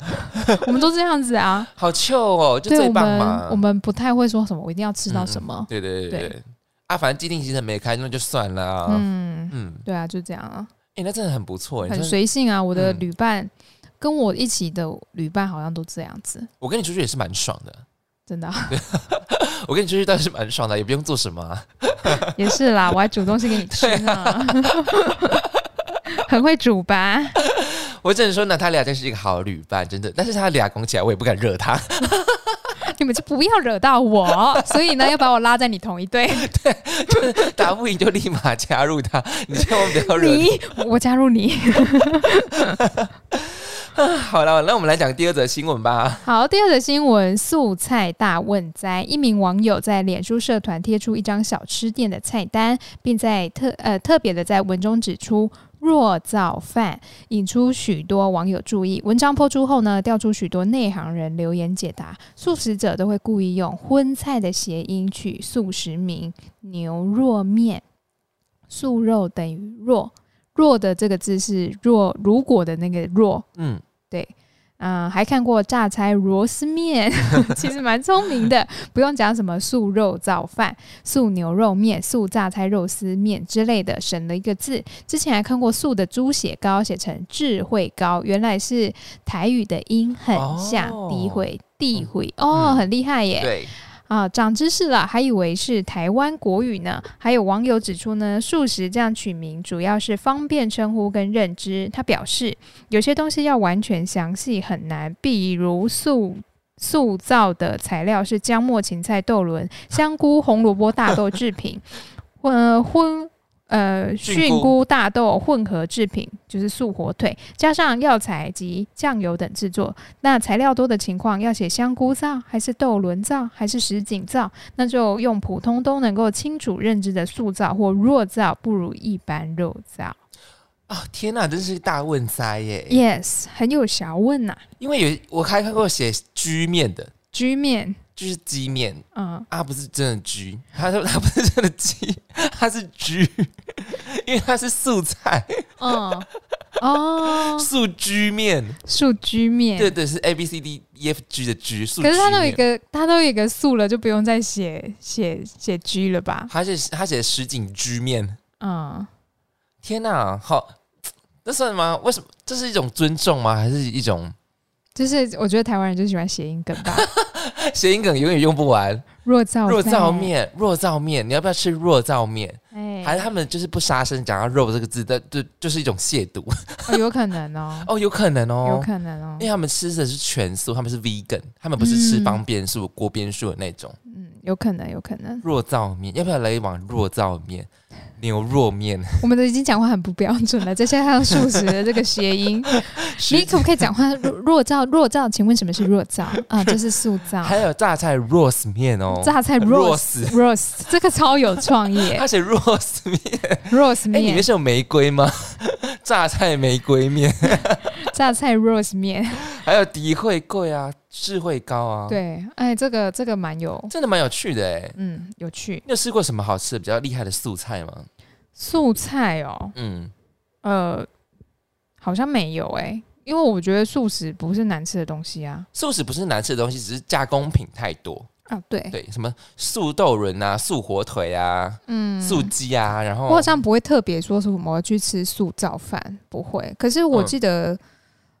[SPEAKER 1] 我们都这样子啊，
[SPEAKER 2] 好臭哦，就
[SPEAKER 1] 对
[SPEAKER 2] 最
[SPEAKER 1] 我
[SPEAKER 2] 棒嘛嗯
[SPEAKER 1] 们。我们不太会说什么，我一定要吃到什么。
[SPEAKER 2] 对对对对
[SPEAKER 1] 对
[SPEAKER 2] 啊，反正既定行程没开，那就算了啊。嗯
[SPEAKER 1] 嗯，对啊，就这样啊。
[SPEAKER 2] 哎、那真的很不错、
[SPEAKER 1] 很
[SPEAKER 2] 欸，真的
[SPEAKER 1] 随性啊。我的
[SPEAKER 2] 嗯
[SPEAKER 1] 旅伴、跟我一起的旅伴好像都这样子，
[SPEAKER 2] 我跟你出去也是蛮爽的，
[SPEAKER 1] 真的啊、
[SPEAKER 2] 我跟你出去倒是蛮爽的，也不用做什么啊、 (laughs)
[SPEAKER 1] 也是啦。我还煮东西给你吃呢，很会煮吧？
[SPEAKER 2] 我只能说娜塔莉亚真是一个好旅伴，真的。但是她俩拱起来，我也不敢惹 (laughs) 她。
[SPEAKER 1] 你们就不要惹到我，所以呢，要把我拉在你同一队。
[SPEAKER 2] 打不赢就立马加入她，你千万不要惹
[SPEAKER 1] 你，我加入你。
[SPEAKER 2] 好了，那我们来讲第二则新闻吧。
[SPEAKER 1] 好，第二则新闻：素菜大问灾。一名网友在脸书社团贴出一张小吃店的菜单，并在特呃特别的在文中指出。弱造饭引出许多网友注意，文章播出后呢，调出许多内行人留言解答。素食者都会故意用荤菜的谐音取素食名，牛肉面，素肉等于弱，弱的这个字是弱如果的那个弱，
[SPEAKER 2] 嗯，
[SPEAKER 1] 嗯，还看过榨菜螺丝面， (laughs) 其实蛮聪明的，不用讲什么素肉造饭、素牛肉面、素榨菜肉丝面之类的，省了一个字。之前还看过素的猪血糕，写成智慧糕，原来是台语的音很像，
[SPEAKER 2] 哦
[SPEAKER 1] 诋毁、诋毁，哦，
[SPEAKER 2] 嗯
[SPEAKER 1] 很厉害耶。
[SPEAKER 2] 对，
[SPEAKER 1] 啊，长知识了，还以为是台湾国语呢。还有网友指出呢，素食这样取名主要是方便称呼跟认知。他表示，有些东西要完全详细很难，比如素。塑造的材料是姜末、芹菜、豆轮、香菇、红萝卜、大豆制品，呃荤呃
[SPEAKER 2] 菌
[SPEAKER 1] 菌
[SPEAKER 2] 菇
[SPEAKER 1] 菇、大豆混合制品，就是素火腿，加上药材及酱油等制作。那材料多的情况，要写香菇皂还是豆轮皂还是什锦皂，那就用普通都能够清楚认知的素皂或弱皂，不如一般肉皂。
[SPEAKER 2] 哦，天哪，真是大问哉耶
[SPEAKER 1] Yes，很有学问呐、
[SPEAKER 2] 因为有我还看过写居面的，
[SPEAKER 1] 居面，
[SPEAKER 2] 就是鸡面
[SPEAKER 1] 嗯，
[SPEAKER 2] 啊，不是真的居，他说他不是真的鸡，他是居，因为他是素菜
[SPEAKER 1] 嗯， (laughs) 哦，
[SPEAKER 2] 素居面，
[SPEAKER 1] 素居面。
[SPEAKER 2] 对对，是 A B C D E F G 的居素居
[SPEAKER 1] 可
[SPEAKER 2] 面。
[SPEAKER 1] 是它都有一个，它都有一个素了，就不用再写写写居了吧？
[SPEAKER 2] 他写他写实景居面，
[SPEAKER 1] 嗯，
[SPEAKER 2] 天哪，好，这算吗？为什么？这是一种尊重吗？还是一种
[SPEAKER 1] 就是我觉得台湾人就喜欢谐音梗
[SPEAKER 2] (laughs)
[SPEAKER 1] 吧。
[SPEAKER 2] 谐音梗永远用不完？
[SPEAKER 1] 弱造
[SPEAKER 2] 肉燥，面，肉燥面，你要不要吃肉燥面？
[SPEAKER 1] 哎、
[SPEAKER 2] 还是他们就是不杀声讲到肉这个字，但就就是一种亵渎
[SPEAKER 1] 哦，有可能哦，
[SPEAKER 2] 哦，有可能
[SPEAKER 1] 有
[SPEAKER 2] (laughs) 哦，
[SPEAKER 1] 可能哦
[SPEAKER 2] 因，为他们吃的是全素，他们是 vegan，他们不是吃
[SPEAKER 1] 嗯
[SPEAKER 2] 方便素、锅边素的那种
[SPEAKER 1] 嗯，有可能，有可能。
[SPEAKER 2] 肉燥面，要不要来一碗肉燥面、牛肉面？
[SPEAKER 1] 我们都已经讲话很不标准了，再加上素食的这个谐
[SPEAKER 2] (laughs)
[SPEAKER 1] 音，你可不可以讲话 (laughs) 弱弱造弱造？请问什么是弱造啊？这是素造，
[SPEAKER 2] 还有榨菜 rose 面哦，
[SPEAKER 1] 榨菜 rose
[SPEAKER 2] rose，
[SPEAKER 1] rose，这个超有创意耶
[SPEAKER 2] 他写 rose 面，
[SPEAKER 1] ，rose
[SPEAKER 2] 哎，里面
[SPEAKER 1] 面，
[SPEAKER 2] 是有玫瑰吗？ (laughs) 榨菜玫瑰面，
[SPEAKER 1] 榨菜 rose 面，
[SPEAKER 2] 还有迪慧贵啊，智慧糕啊，，
[SPEAKER 1] 对，哎，这个这个蛮有，
[SPEAKER 2] 真的蛮有趣的哎。
[SPEAKER 1] 嗯，有趣。
[SPEAKER 2] 你有吃过什么好吃的比较厉害的素菜吗？
[SPEAKER 1] 素菜哦，
[SPEAKER 2] 嗯，
[SPEAKER 1] 呃，好像没有哎、因为我觉得素食不是难吃的东西啊。
[SPEAKER 2] 素食不是难吃的东西，只是加工品太多。
[SPEAKER 1] 啊，对，
[SPEAKER 2] 对，什么素豆仁啊、素火腿啊、
[SPEAKER 1] 嗯
[SPEAKER 2] 素鸡啊，然后
[SPEAKER 1] 我好像不会特别说什么去吃素造饭，不会。可是我
[SPEAKER 2] 嗯
[SPEAKER 1] 记得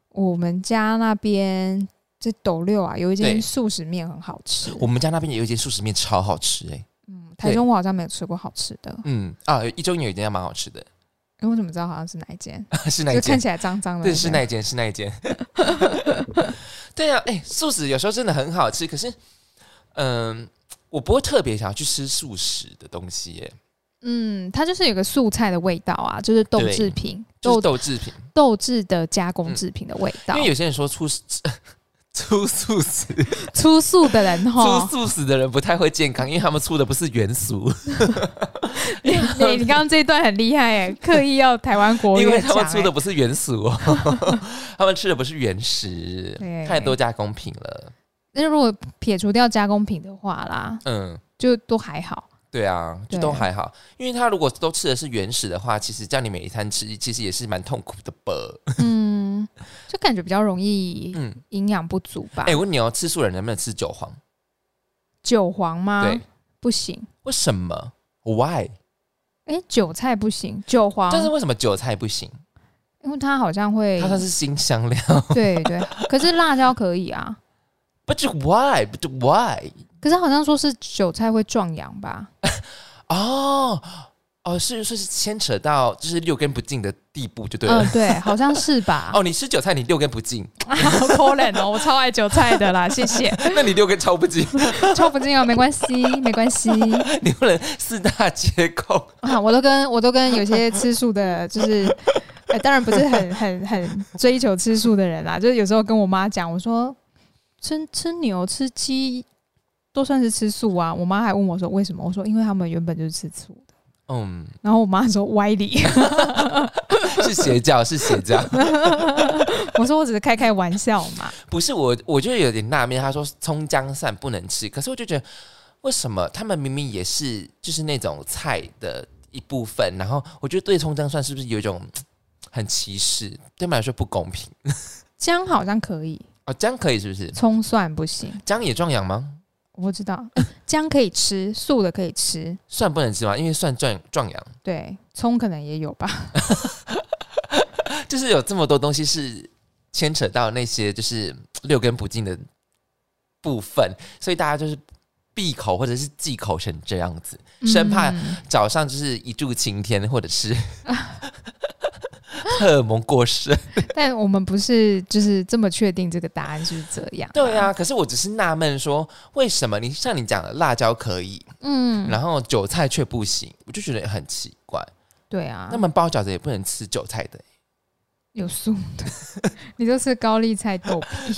[SPEAKER 1] 我们家那边在斗六啊，有一
[SPEAKER 2] 对
[SPEAKER 1] 间素食面很好吃。
[SPEAKER 2] 我们家那边也有一间素食面超好吃哎、
[SPEAKER 1] 嗯，台中我好像没有吃过好吃的，
[SPEAKER 2] 嗯啊，一中有一间蛮好吃的， (laughs)
[SPEAKER 1] 因为我怎么知道好像是哪一间？
[SPEAKER 2] 是那一
[SPEAKER 1] 就看
[SPEAKER 2] 间，
[SPEAKER 1] 起来脏脏的。
[SPEAKER 2] 对，是那一间，是那一间。 (laughs) 对啊，哎、素食有时候真的很好吃，可是，嗯、我不会特别想要去吃素食的东西耶、
[SPEAKER 1] 嗯，它就是有个素菜的味道啊，就是豆制品、
[SPEAKER 2] 就是
[SPEAKER 1] 豆
[SPEAKER 2] 豆制品，
[SPEAKER 1] 豆制的加工制品的味道
[SPEAKER 2] 因。为有些人说粗粗素食
[SPEAKER 1] 粗素的人
[SPEAKER 2] (laughs) 粗
[SPEAKER 1] 哈，
[SPEAKER 2] 素食的人不太会健康，因为他们粗的不是原俗，
[SPEAKER 1] 你你你刚刚这一段很厉害哎，刻意要台湾国语
[SPEAKER 2] 因为
[SPEAKER 1] 很
[SPEAKER 2] 他
[SPEAKER 1] 强
[SPEAKER 2] 们粗的
[SPEAKER 1] 哎。
[SPEAKER 2] 不是 (laughs) 原俗、哦，他们吃的不是原食
[SPEAKER 1] 对，
[SPEAKER 2] 太多加工品了。
[SPEAKER 1] 那如果撇除掉加工品的话啦，
[SPEAKER 2] 嗯，
[SPEAKER 1] 就都还
[SPEAKER 2] (laughs)
[SPEAKER 1] 好。
[SPEAKER 2] 对啊，就
[SPEAKER 1] 对
[SPEAKER 2] 都还好，因为他如果都吃的是原始的话，其实这样你每一餐吃，其实也是蛮痛苦的 (laughs) 吧。
[SPEAKER 1] 嗯，就感觉比较容易
[SPEAKER 2] 嗯，
[SPEAKER 1] 营养不足吧。
[SPEAKER 2] 哎、我问你哦，吃素人能不能吃韭黄？
[SPEAKER 1] 韭黄吗？
[SPEAKER 2] 对，
[SPEAKER 1] 不行。
[SPEAKER 2] 为什么？Why？
[SPEAKER 1] 哎、哎、韭菜不行，韭黄，
[SPEAKER 2] 但是为什么韭菜不行？
[SPEAKER 1] 因为它好像会
[SPEAKER 2] 它，算是新香料 (laughs)
[SPEAKER 1] 对对，可是辣椒可以啊，
[SPEAKER 2] ，But why? But why?
[SPEAKER 1] 可是好像说是韭菜会壮阳吧？
[SPEAKER 2] 哦哦，是是是牵扯到就是六根不净的地步，就对了。
[SPEAKER 1] 嗯，对，好像是吧？
[SPEAKER 2] 哦，你吃韭菜你六根不净，
[SPEAKER 1] (laughs) 好可怜哦，我超爱韭菜的啦，谢谢。
[SPEAKER 2] 那你六根超不净，
[SPEAKER 1] 抽不进哦，没关系，没关系
[SPEAKER 2] (laughs) 你不能四大皆空。
[SPEAKER 1] 啊！我都跟我都跟有些吃素的，就是。呃当然不是很 (laughs) 很很追求吃素的人啦，就是有时候跟我妈讲，我说吃吃牛吃鸡都算是吃素啊。我妈还问我说为什么？我说因为他们原本就是吃素的。
[SPEAKER 2] 嗯，
[SPEAKER 1] 然后我妈说歪理， (laughs)
[SPEAKER 2] 是邪教，是邪教。
[SPEAKER 1] 我说我只是开开玩笑嘛。
[SPEAKER 2] 不是我，我就有点纳闷。他说葱姜蒜不能吃，可是我就觉得为什么他们明明也是就是那种菜的一部分，然后我觉得对葱姜蒜是不是有一种嘖很歧视？对他们来说不公平
[SPEAKER 1] 姜好像可以，
[SPEAKER 2] 哦，姜可以是不是？
[SPEAKER 1] 葱蒜不行，
[SPEAKER 2] 姜也壮阳吗？
[SPEAKER 1] 我不知道。呃姜可以吃，素的可以吃，
[SPEAKER 2] 蒜不能吃吗？因为蒜壮壮阳，
[SPEAKER 1] 对，葱可能也有吧。
[SPEAKER 2] 就是有这么多东西是牵扯到那些就是嘖六根不净的部分，所以大家就是闭口或者是忌口成这样子， (laughs) 生怕
[SPEAKER 1] 嗯
[SPEAKER 2] 早上就是一柱擎天，或者是 (laughs) 荷尔蒙过剩。
[SPEAKER 1] 但我们不是就是这么确定这个答案是这样。
[SPEAKER 2] 对啊，可是我只是纳闷说，为什么你像你讲的辣椒可以，
[SPEAKER 1] 嗯，
[SPEAKER 2] 然后韭菜却不行？我就觉得很奇怪。
[SPEAKER 1] 对啊，
[SPEAKER 2] 那么包饺子也不能吃韭菜的、欸
[SPEAKER 1] 有素的， (laughs) 你都是高丽菜豆
[SPEAKER 2] (laughs)
[SPEAKER 1] 皮，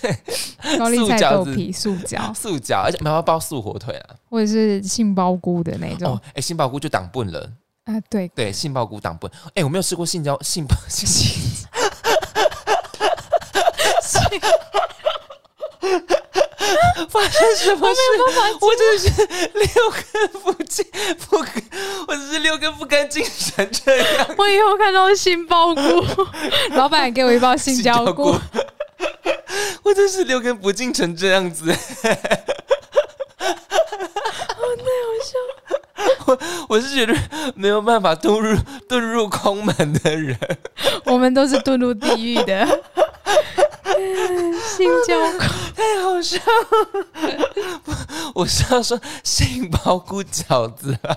[SPEAKER 1] 对， (laughs) 高丽菜豆皮素饺，
[SPEAKER 2] 素饺，而且妈妈包素火腿啊。
[SPEAKER 1] 或者是杏鲍菇的那种
[SPEAKER 2] 哦，哎、杏鲍菇就挡笨了。
[SPEAKER 1] 啊，对，
[SPEAKER 2] 对，杏鲍菇挡笨。哎、我没有吃过杏椒杏鲍杏发生 (laughs) 什么事？ (laughs) 啊我真的是 (laughs) 六根不净，不干，我只是六根不干净成这 (laughs) 样。
[SPEAKER 1] (laughs) 我以后看到杏鲍
[SPEAKER 2] (laughs)
[SPEAKER 1] 菇，老板给我一包杏
[SPEAKER 2] 椒
[SPEAKER 1] 鲍菇，， (laughs)
[SPEAKER 2] 我真是六根不净成这样子。好太好笑！我我是觉得没有办法遁入遁入空门的人，
[SPEAKER 1] (laughs) 我们都是遁入地狱的。
[SPEAKER 2] (laughs)
[SPEAKER 1] 杏鲍菇，
[SPEAKER 2] 太好笑了！不 (laughs) 我是要说杏鲍菇饺子 (laughs) 啊，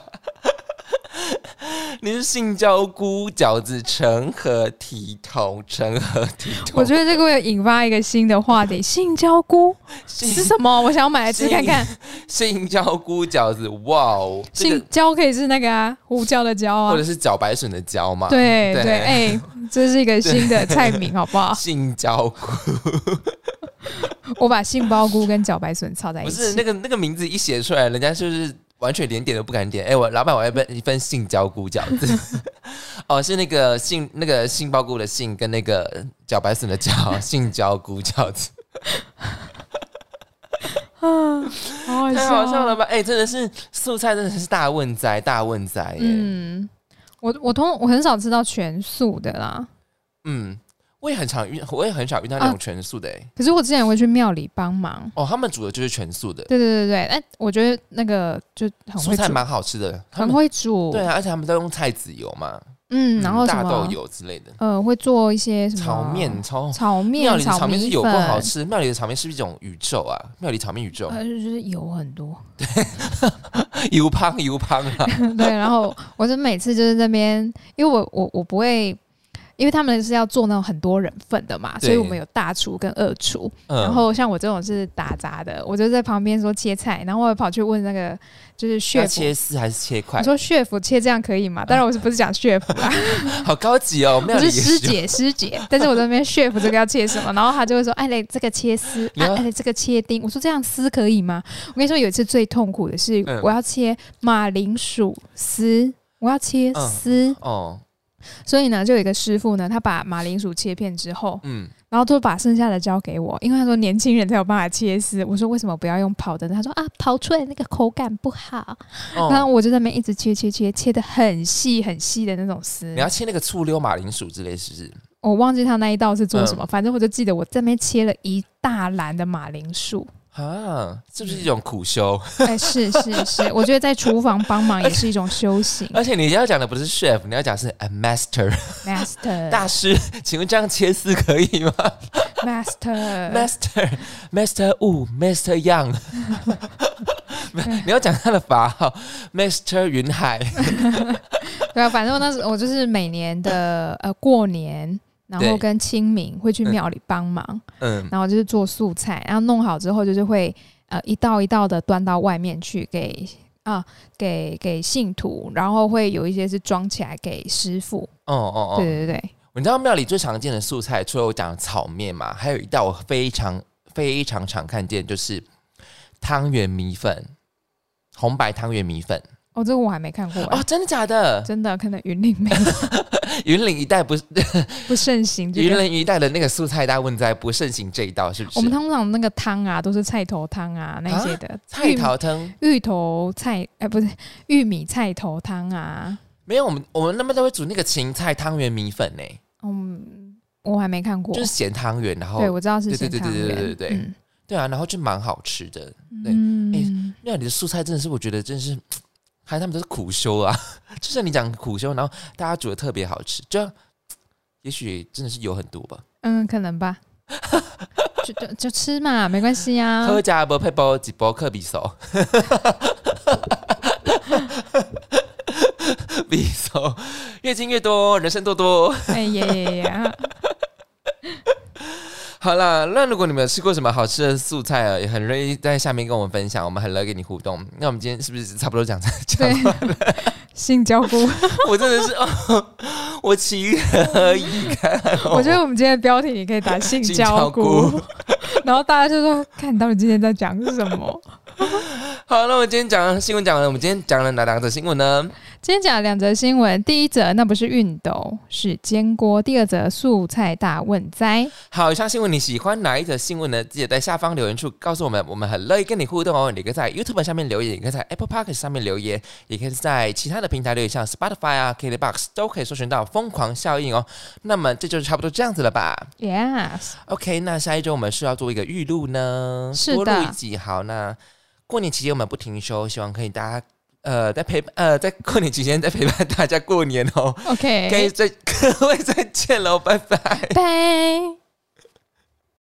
[SPEAKER 2] 你是杏鲍菇饺子成何体统？成何体统？
[SPEAKER 1] (laughs) 我觉得这个会引发一个新的话题。杏鲍菇是
[SPEAKER 2] 杏
[SPEAKER 1] 什么？我想要买来吃看看。
[SPEAKER 2] 杏鲍菇饺子，哇哦，这
[SPEAKER 1] 杏
[SPEAKER 2] 个
[SPEAKER 1] 椒可以是那个啊，胡椒的椒啊
[SPEAKER 2] 或者，是茭白笋的茭嘛？，
[SPEAKER 1] 对
[SPEAKER 2] 对
[SPEAKER 1] 对，哎、这是一个新的菜名，好不好？
[SPEAKER 2] 杏鲍菇
[SPEAKER 1] (laughs) 我把杏鲍菇跟茭白笋炒在一
[SPEAKER 2] 不
[SPEAKER 1] 起，
[SPEAKER 2] 是那个那个名字一写出来，人家就是完全连点都不敢点。哎、我老板，我要不要一份杏鲍菇饺子？ (laughs) 哦，是那个杏那个杏鲍菇的杏跟那个茭白笋
[SPEAKER 1] (laughs)
[SPEAKER 2] 的茭，杏鲍菇饺子，
[SPEAKER 1] 好好
[SPEAKER 2] 太好笑
[SPEAKER 1] 哦
[SPEAKER 2] 了吧？哎、真的是素菜，真的是大问哉，大问哉耶。嗯
[SPEAKER 1] 嗯，我我通我很少吃到全素的啦，
[SPEAKER 2] 嗯我也很常遇，我也很少遇到那
[SPEAKER 1] 啊
[SPEAKER 2] 种全素的、哎、
[SPEAKER 1] 可是我之前也会去庙里帮忙。
[SPEAKER 2] 哦，他们煮的就是全素的，
[SPEAKER 1] 对对对对，哎，我觉得那个就很
[SPEAKER 2] 蔬
[SPEAKER 1] 会
[SPEAKER 2] 菜
[SPEAKER 1] 煮，
[SPEAKER 2] 蛮好吃的。他
[SPEAKER 1] 很
[SPEAKER 2] 们
[SPEAKER 1] 会煮，
[SPEAKER 2] 对啊，而且他们都用菜籽油嘛，
[SPEAKER 1] 嗯，然后什
[SPEAKER 2] 大
[SPEAKER 1] 么
[SPEAKER 2] 豆油之类的，
[SPEAKER 1] 呃，会做一些什么
[SPEAKER 2] 炒面、超
[SPEAKER 1] 炒
[SPEAKER 2] 庙
[SPEAKER 1] 面、
[SPEAKER 2] 里的炒面是
[SPEAKER 1] 米
[SPEAKER 2] 有够好
[SPEAKER 1] 粉，
[SPEAKER 2] 吃，庙里的炒面是不是一种宇宙啊，庙里炒面宇宙，
[SPEAKER 1] 呃，就是油很多， (laughs)
[SPEAKER 2] 油胖油胖啊，
[SPEAKER 1] 对，然后我就每次就是那边，因为我我我不会，因为他们是要做那种很多人份的嘛，
[SPEAKER 2] 对
[SPEAKER 1] 所以我们有大厨跟二厨。
[SPEAKER 2] 嗯
[SPEAKER 1] (laughs) 然后像我这种是打杂的，我就在旁边说切菜，然后我还跑去问那个就是
[SPEAKER 2] 要
[SPEAKER 1] 血府，
[SPEAKER 2] 切丝还是切块
[SPEAKER 1] 我，说血府切这样可以吗？当然我是不是讲血府啦，
[SPEAKER 2] 好高级哦，庙
[SPEAKER 1] 我是
[SPEAKER 2] 里也
[SPEAKER 1] 师
[SPEAKER 2] 是有。
[SPEAKER 1] 姐师姐， (laughs) 但是我在那边血府这个要切什么，然后他就会说，哎嘞这个切丝，
[SPEAKER 2] 你要
[SPEAKER 1] 啊、哎嘞这个切丁，我说这样丝可以吗？我跟你说有一次最痛苦的是
[SPEAKER 2] 嗯
[SPEAKER 1] 我要切马铃薯丝。我要切
[SPEAKER 2] 嗯
[SPEAKER 1] 丝，
[SPEAKER 2] 哦，
[SPEAKER 1] 所以呢，就有一个师傅呢，他把马铃薯切片之后，
[SPEAKER 2] 嗯，
[SPEAKER 1] 然后都把剩下的交给我，因为他说年轻人才有办法切丝。我说为什么不要用刨的呢？他说啊，刨出来那个口感不好。然后
[SPEAKER 2] 哦，
[SPEAKER 1] 我就在那边一直切切切，切的很细很细的那种丝
[SPEAKER 2] 你。要切那个醋溜马铃薯之类，是不是？嗯
[SPEAKER 1] 我忘记他那一道是做什么，反正我就记得我这边切了一大篮的马铃薯，
[SPEAKER 2] 啊，是不是一种苦修？ (laughs)
[SPEAKER 1] 哎，是是是，我觉得在厨房帮忙也是一种修行。
[SPEAKER 2] 而且你要讲的不是 chef，你要讲是 a master
[SPEAKER 1] Master
[SPEAKER 2] 大师。请问这样切丝可以吗
[SPEAKER 1] Master，
[SPEAKER 2] ？Master Master Wu Master Yang，你要讲他的法号 Master 云海。
[SPEAKER 1] 对啊，反正我那时我就是每年的呃过年，然后
[SPEAKER 2] 对
[SPEAKER 1] 跟清明会去
[SPEAKER 2] 嗯
[SPEAKER 1] 庙里帮忙。
[SPEAKER 2] 嗯，
[SPEAKER 1] 然后就是做素菜，然后弄好之后就是会呃一道一道的端到外面去给啊给给信徒，然后会有一些是装起来给师傅。
[SPEAKER 2] 哦哦哦，
[SPEAKER 1] 对对对，
[SPEAKER 2] 你知道庙里最常见的素菜，除了我讲的炒面嘛，还有一道我非常非常常看见，就是汤圆米粉，红白汤圆米粉。
[SPEAKER 1] 哦，这个我还没看过、哎
[SPEAKER 2] 哦，真的假的？
[SPEAKER 1] 真的可能云林没
[SPEAKER 2] 云林一带不是
[SPEAKER 1] 不盛行这
[SPEAKER 2] 云
[SPEAKER 1] 个。
[SPEAKER 2] 林一带的那个素菜大问在不盛行这一道，是不
[SPEAKER 1] 我们
[SPEAKER 2] 是？
[SPEAKER 1] 通常那个汤啊，都是菜头汤啊那些的，
[SPEAKER 2] 菜头汤
[SPEAKER 1] 玉芋头菜，哎、不是玉米菜头汤啊。
[SPEAKER 2] 没有，我们我们那边都会煮那个芹菜汤圆米粉呢、
[SPEAKER 1] 嗯，我还没看过。
[SPEAKER 2] 就是咸汤圆，然后
[SPEAKER 1] 对，我知道是
[SPEAKER 2] 对
[SPEAKER 1] 咸
[SPEAKER 2] 对对
[SPEAKER 1] 汤
[SPEAKER 2] 对对
[SPEAKER 1] 圆。
[SPEAKER 2] 对对对啊，然后就蛮好吃的。对
[SPEAKER 1] 嗯，
[SPEAKER 2] 哎
[SPEAKER 1] 嗯
[SPEAKER 2] 庙里的素菜真的是，我觉得真是，还有他们都是苦修啊， (laughs) 就像你讲苦修，然后大家煮的特别好吃，就也许真的是有很多吧。
[SPEAKER 1] 嗯，可能
[SPEAKER 2] (laughs)
[SPEAKER 1] 吧。就就就吃嘛，没关系啊。
[SPEAKER 2] 喝加波配包几包克比手， (laughs) 比手越进越多，人生多多。
[SPEAKER 1] 哎呀呀
[SPEAKER 2] (laughs)
[SPEAKER 1] 呀！
[SPEAKER 2] 好啦，那如果你们有吃过什么好吃的素菜啊，也很乐意在下面跟我们分享，我们很乐意跟你互动。那我们今天是不是差不多讲这
[SPEAKER 1] 对
[SPEAKER 2] 讲？，
[SPEAKER 1] 性交姑，
[SPEAKER 2] (laughs) 我真的是， (laughs) 哦、我情何 (laughs) 以堪？
[SPEAKER 1] 我觉得我们今天的标题你可以打性
[SPEAKER 2] 哦性
[SPEAKER 1] 交
[SPEAKER 2] 交
[SPEAKER 1] 姑
[SPEAKER 2] 姑，
[SPEAKER 1] (laughs) 然后大家就说：“看你到底今天在讲什么
[SPEAKER 2] 好，那我今天讲的新闻讲了，我们今天讲了哪两则新闻呢？？”
[SPEAKER 1] 今天讲了两则新闻，第一则那不是熨斗，是煎锅；第二则素菜大问灾。
[SPEAKER 2] 好，以上新闻你喜欢哪一则新闻呢？记得在下方留言处告诉我们，我们很乐意跟你互动哦。你可以在 YouTube 上面留言，也可以在 Apple Park 上面留言，也可以在其他的平台留言，像 Spotify 啊、KKBox 都可以搜寻到“疯狂效应”哦。那么这就是差不多这样子了吧
[SPEAKER 1] Yes，
[SPEAKER 2] ？OK，那下一周我们是要做一个预录呢，
[SPEAKER 1] 是
[SPEAKER 2] 多
[SPEAKER 1] 的
[SPEAKER 2] 录一集。好，那过年期间我们不停休，希望可以大家呃在陪伴呃在过年期间再陪伴 (laughs) 大家过年哦。可以
[SPEAKER 1] OK，
[SPEAKER 2] 再各位再见喽，拜拜。
[SPEAKER 1] 拜。